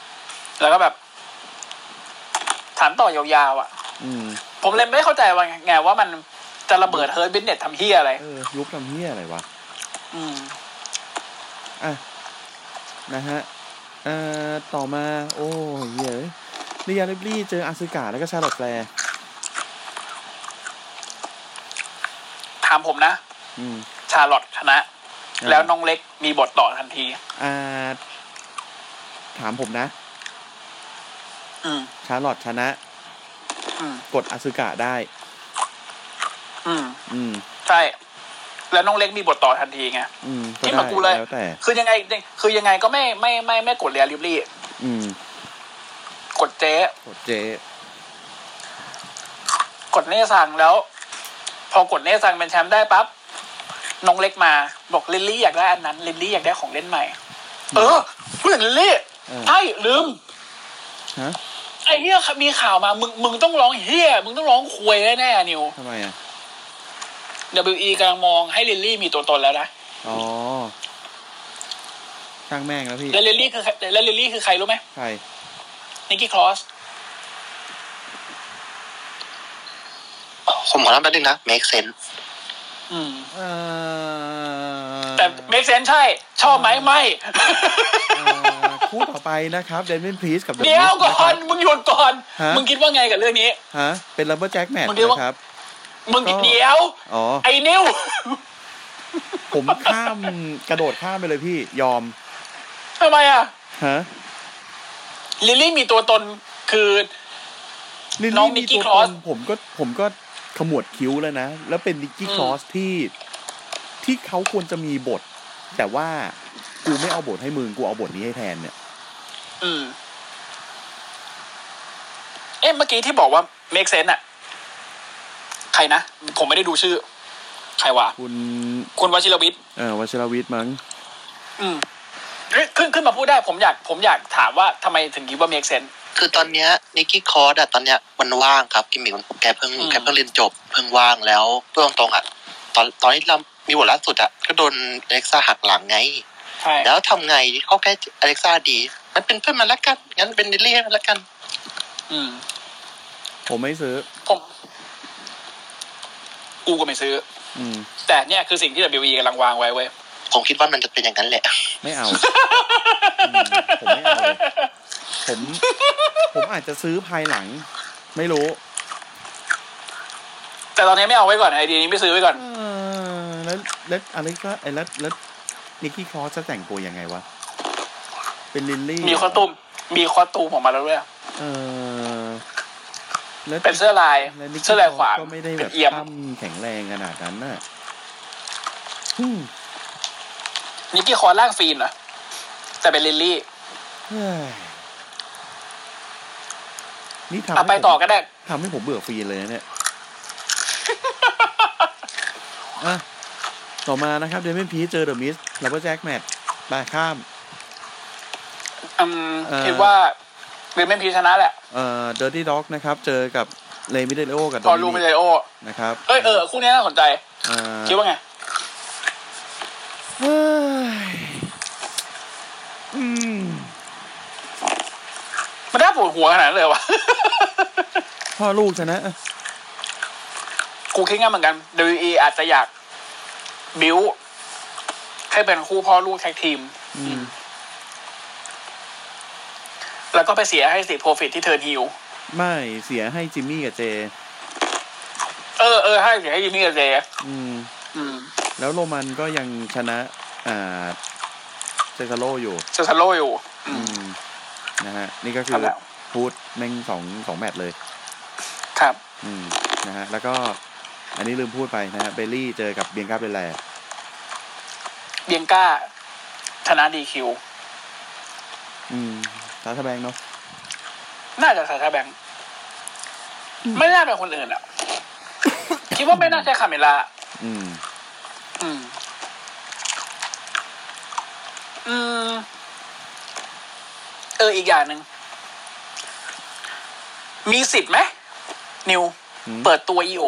Speaker 3: แล้วก็แบบถามต่อยาวๆอ่ะ
Speaker 2: อืม
Speaker 3: ผมเลยไม่เข้าใจว่าไงว่ามันจะระเบิดเฮิร์ตบินเน็ตทำเฮียอะไร
Speaker 2: เออ ยุบทำเฮียอะไรวะ
Speaker 3: อืม
Speaker 2: อ่ะ นะฮะ เอ่อ ต่อมา โอ้ยเหี้ยเอ้ย ลียาลิบลี่เจออาซึกะแล้วก็ชาร์ลอตแฟร์
Speaker 3: ถามผมนะ
Speaker 2: อืม
Speaker 3: ชาร์ลอตชนะ
Speaker 2: อ่า
Speaker 3: แล้วน้องเล็กมีบทต่อทันที
Speaker 2: อ่า ถามผมนะ
Speaker 3: อืม
Speaker 2: ชาร์ลอตชนะ
Speaker 3: อืม
Speaker 2: กดอาซึกะได้
Speaker 3: อืม
Speaker 2: อืม
Speaker 3: ใช่ แล้วน้องเล็กมีบทต่อทันทีไง
Speaker 2: อืม
Speaker 3: นี่เหมือนกูเลย
Speaker 2: แล้วแต่
Speaker 3: คือยังไง คือยังไงก็ไม่ไม่ไม่ไม่กดเรียลิบลี่
Speaker 2: อืม
Speaker 3: กดเจ๊
Speaker 2: กดเจ๊
Speaker 3: กดเน่ซังแล้ว พอกดเน่ซังเป็นแชมป์ได้ปั๊บน้องเล็กมา บอกลิลลี่อยากได้อันนั้นลิลลี่อยากได้ของเล่นใหม่ เออพูดถึงลิลลี่
Speaker 2: เออ
Speaker 3: ใช่ลืม
Speaker 2: ฮะ
Speaker 3: ไอ้เหี้ยมีข่าวมา มึงมึงต้องร้องเหี้ยมึงต้องร้องควยแน่ๆนิว
Speaker 2: ทำไมอ่ะ
Speaker 3: WE กำลังมองให้ลิลลี่มีตัวตนแล้วนะ
Speaker 2: อ๋อช่างแม่งแล้วพี่
Speaker 3: แล้วลิลลี่คือใครแล้วลิลลี่คือใครรู้ไหม
Speaker 2: ใคร
Speaker 3: นิกกี้ครอส
Speaker 5: ผมขอรับแป๊บนึงนะ make sense
Speaker 3: อืม
Speaker 2: เอ่อ
Speaker 3: แต่เมคเซนใช่ ชอบไหม ไม่
Speaker 2: เอ่อคู่ต่อไปนะครับเดนเ n นพ e ีสกับ The
Speaker 3: เดี๋ยว
Speaker 2: Mist
Speaker 3: ก่อ
Speaker 2: ครั
Speaker 3: น
Speaker 2: บ
Speaker 3: มึงหยุดก่อน
Speaker 2: ฮะ
Speaker 3: มึงคิดว่าไงกับเรื่องนี้
Speaker 2: ฮะ เป็นลัมเบอร์แจ็คแมท
Speaker 3: มึงคิดว่า
Speaker 2: นะครับ
Speaker 3: มึง
Speaker 2: ก็
Speaker 3: เดี๋ยว
Speaker 2: อ๋อ
Speaker 3: ไอ้นิ้ว
Speaker 2: ผมข้ามกระโดดข้ามไปเลยพี่ยอม
Speaker 3: ทำไมอ่ะ
Speaker 2: ฮะ
Speaker 3: ลิลลี่มีตัวตนคือ
Speaker 2: ลิล
Speaker 3: น้อง
Speaker 2: ลี่มี
Speaker 3: นิกกี้
Speaker 2: ตัว
Speaker 3: ครอ
Speaker 2: ต
Speaker 3: ส
Speaker 2: นผมก็ผมก็ขมวดคิ้วแล้วนะ แล้วเป็นนิกกี้ครอสที่ ที่เขาควรจะมีบท แต่ว่ากูไม่เอาบทให้มึง กูเอาบทนี้ให้แทนเนี่ย
Speaker 3: อืม เอ๊ะเมื่อกี้ที่บอกว่าเมคเซนอะใครนะ ผมไม่ได้ดูชื่อ ใครวะ
Speaker 2: คุณ
Speaker 3: คุณวชิรวิทย์
Speaker 2: เอ่อวชิรวิทย์มั้ง
Speaker 3: อืมเอ้ยขึ้นขึ้นมาพูดได้ ผมอยาก ผมอยากถามว่าทำไมถึงคิดว่าเมคเซน
Speaker 5: คือตอนเนี้ยนิกกี้คอร์ดอะตอนเนี้ยมันว่างครับกิมมิวแกเพิ่ง
Speaker 3: อืม
Speaker 5: แกเพิ่งเรียนจบ เพิ่งว่างแล้วพูดตรงๆอะตอนตอนที่เรามีบทล่าสุดอะก็โดนอเล็กซ่าหักหลังไง
Speaker 3: ใช่
Speaker 5: แล้วทำไงเขาแก้อเล็กซ่าดี มันเป็นเพื่อนมันละกัน งั้นเป็นเดลลี่ให้มันละกัน
Speaker 3: อืม
Speaker 2: ผมไม่ซื้อ
Speaker 3: ผม กูก็ไม่ซื้อ
Speaker 2: อืม
Speaker 3: แต่เนี่ยคือสิ่งที่ WE กำลังวางไว้เว้ย
Speaker 5: ผมคิดว่ามันจะเป็นอย่างนั้นแหละ
Speaker 2: ไม่เอา อืมผมไม่เอาเลยผม ผมอาจจะซื้อภายหลัง ไม่รู้
Speaker 3: แต่ตอนนี้ไม่เอาไว้ก่อนไอเดียนี้ไม่ซื้อไว้ก่อน
Speaker 2: เออแล้วแล้วอะไรก็ไอ้แล้วแล้วนิกกี้ครอสจะแต่งตัวยังไงวะ เป็นลิลลี่
Speaker 3: มีคอสตูม มีคอสตูมออกมาแล้วด้วย
Speaker 2: เออแล้ว
Speaker 3: เป็นเสื้อลาย
Speaker 2: แล้วนิกกี้
Speaker 3: เสื้อลายขวาง
Speaker 2: ก็ไม่ได้
Speaker 3: เป็
Speaker 2: แบ
Speaker 3: น
Speaker 2: บ
Speaker 3: เอี่ยม
Speaker 2: ตั้มแข็งแรงขนาดนั้นน่ะอืม
Speaker 3: นิกกี้คอร่างฟีนเหรอแต่เป็นลิลลี่
Speaker 2: เฮ้ยนี่ทำ
Speaker 3: เอา
Speaker 2: ให้
Speaker 3: ไป
Speaker 2: ผม
Speaker 3: ต่อก็ได้
Speaker 2: ทำให้ผมเบื่อฟรีเลยนะเนี่ยอ่ะต่อมานะครับเด n ม n นพีเจอเดอะมิสแล้วก็แจ็คแมทไปข้าม
Speaker 3: อืม
Speaker 2: เอ่อ
Speaker 3: คิดว่าเรนแมนพีชนะแหละ
Speaker 2: เอ่อ Dirty Dog นะครับ เจอกับเลมิเดโอกับ
Speaker 3: พอรูมิเลโอ
Speaker 2: นะครับ
Speaker 3: เอ้ยเออ คู่นี้น่าสนใจ
Speaker 2: เอ่อ
Speaker 3: คิดว่าไง
Speaker 2: เฮ้ยอืม
Speaker 3: มันน่าปวดหัวขนาดนั้นเลย วะ
Speaker 2: พ่อลูกชนะอ่ะ
Speaker 3: กูคิดงั้นเหมือนกัน WE อาจจะอยาก บิวให้เป็นคู่พ่อลูกแท็กทีม
Speaker 2: อืม
Speaker 3: แล้วก็ไปเสียให้สิโปรฟิตที่เทิร์นฮิล
Speaker 2: ไม่เสียให้จิมมี่กับเจ
Speaker 3: เออเออให้เสียให้ยิมมี่กับเจ
Speaker 2: อืม
Speaker 3: อืม
Speaker 2: แล้วโรมันก็ยังชนะ อ่า เจซาโลอยู่
Speaker 3: เซซาโลอยู่ อื
Speaker 2: อืม
Speaker 3: ม
Speaker 2: นะฮะ นี่ก็คื
Speaker 3: ครั
Speaker 2: อบ
Speaker 3: แล้ว
Speaker 2: พูดแม่งสองสองแมตช์เลย
Speaker 3: ครับ
Speaker 2: อืม นะฮะ แล้วก็ อันนี้ลืมพูดไปนะฮะเบลลี่เจอกับเบียงกาเบลแล
Speaker 3: เบียงก้าชนะดีคิว
Speaker 2: อืมตาทะแบงเนาะ
Speaker 3: น่าจะสาชาแบงค์ไม่น่าเป็นคนอื่นอ่ะ คิดว่าไม่น่าใช่คาเมล่า
Speaker 2: อืม
Speaker 3: อืม อืม เอออีกอย่างหนึ่ง มีสิทธิ์ไหมนิว
Speaker 2: อืม
Speaker 3: เปิดตัวอีโอ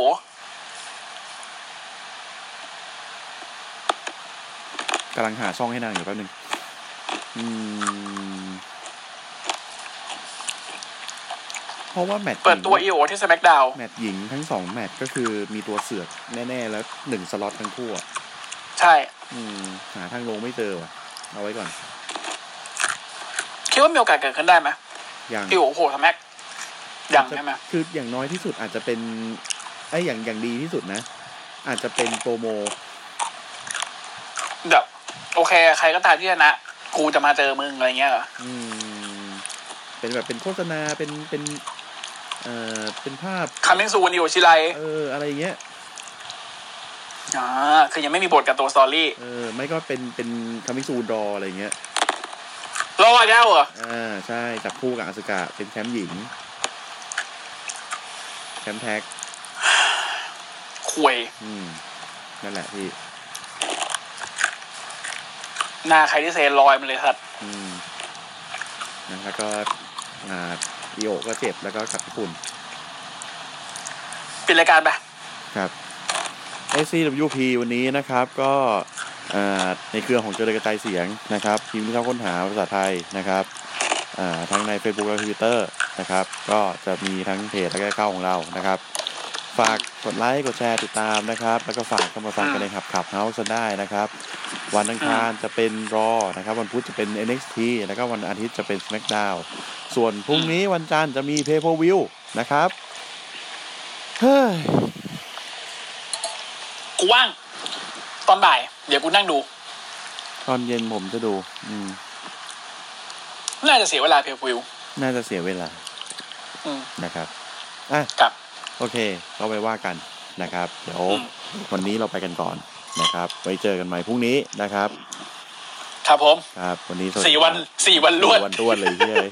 Speaker 2: กำลังหาช่องให้นางอยู่แป๊บนึง อืม เพราะว่าแมตช์หญิง
Speaker 3: เปิดตัวอีโอที่สแมกดาว
Speaker 2: แมตช์หญิงทั้งสองแมตช์ก็คือมีตัวเสือกแน่ ๆ แล้วหนึ่งสล็อตทั้งคู่อะ
Speaker 3: ใช่
Speaker 2: อืม หาทางลงไม่เจอว่ะ เอาไว้ก่อน
Speaker 3: คิดว่ามีโอกาสเกิดขึ้นได้ไหม
Speaker 2: ยัง
Speaker 3: อีโอโผล่สแมก ยังใช่ไหม
Speaker 2: คืออย่างน้อยที่สุดอาจจะเป็นไอ้ยอย่างอย่างดีที่สุดนะ อาจจะเป็นโปรโม
Speaker 3: แบบโอเค ใครก็ตามที่ชนะ กูจะมาเจอมึงอะไรเงี้ยเหรอ
Speaker 2: อืม เป็นแบบเป็นโฆษณาเป็นเป็น เอ่อเป็นภาพ
Speaker 3: คัมมิ่งซูนอยู่ชิไล
Speaker 2: เอออะไรอย่างเงี้ย
Speaker 3: อ่าคือยังไม่มีบทกับตัวสตอรี่
Speaker 2: เออไม่ก็เป็นเป็นคามิซูดออะไรอย่างเงี้ย
Speaker 3: รอดแล้วเหรอ
Speaker 2: อ่าใช่จับคู่กับอาสกาเป็นแชมป์หญิงแชมป์แท็ก
Speaker 3: คุย
Speaker 2: อืม นั่นแหละพี่
Speaker 3: หน้าใครที่เซนลอยมันเลยครับ
Speaker 2: อืมนะแล้วก็อ่าอีโอก็เจ็บแล้วก็กลับญี่ปุ่น
Speaker 3: ปิดรายการไป
Speaker 2: ครับ SCWP วันนี้นะครับก็อ่าในเครือของเจริญกระจายเสียงนะครับพิมพ์ที่เขาค้นหาภาษาไทยนะครับอ่าทั้งใน Facebook และ Twitter นะครับ ก็จะมีทั้งเพจและก็เข้าของเรานะครับ ฝากกดไลค์กดแชร์ติดตามนะครับ แล้วก็ฝากเข้ามาฟังกันในขับขับเฮาส์กันได้นะครับ วันอังคารจะเป็นรอนะครับ วันพุธจะเป็น NXT แล้วก็วันอาทิตย์จะเป็น SmackDown ส่วนพรุ่งนี้วันจันทร์จะมี Pay Per View นะครับเฮ้ย
Speaker 3: กูว่าง ตอนบ่าย เดี๋ยวกูนั่งดู
Speaker 2: ตอนเย็นผมจะดู อืม
Speaker 3: น่าจะเสียเวลาเพลวิว
Speaker 2: น่าจะเสียเวลา
Speaker 3: อืม
Speaker 2: นะครับ อ่ะ
Speaker 3: ครับ
Speaker 2: โอเค เราไปว่ากันนะครับ เดี๋ยว
Speaker 3: อืม
Speaker 2: วันนี้เราไปกันก่อนนะครับ ไว้เจอกันใหม่พรุ่งนี้นะครับ
Speaker 3: ครับผม
Speaker 2: ครับ วันนี้
Speaker 3: สี่วัน
Speaker 2: ครับ
Speaker 3: สี่วันรวด
Speaker 2: สี่วันรวดเลยพี่เอ้ย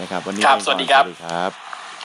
Speaker 2: นะครับ วันนี้
Speaker 3: ครับ
Speaker 2: ไปก่อน
Speaker 3: สวัสดีครับ
Speaker 2: สวัสดีครับ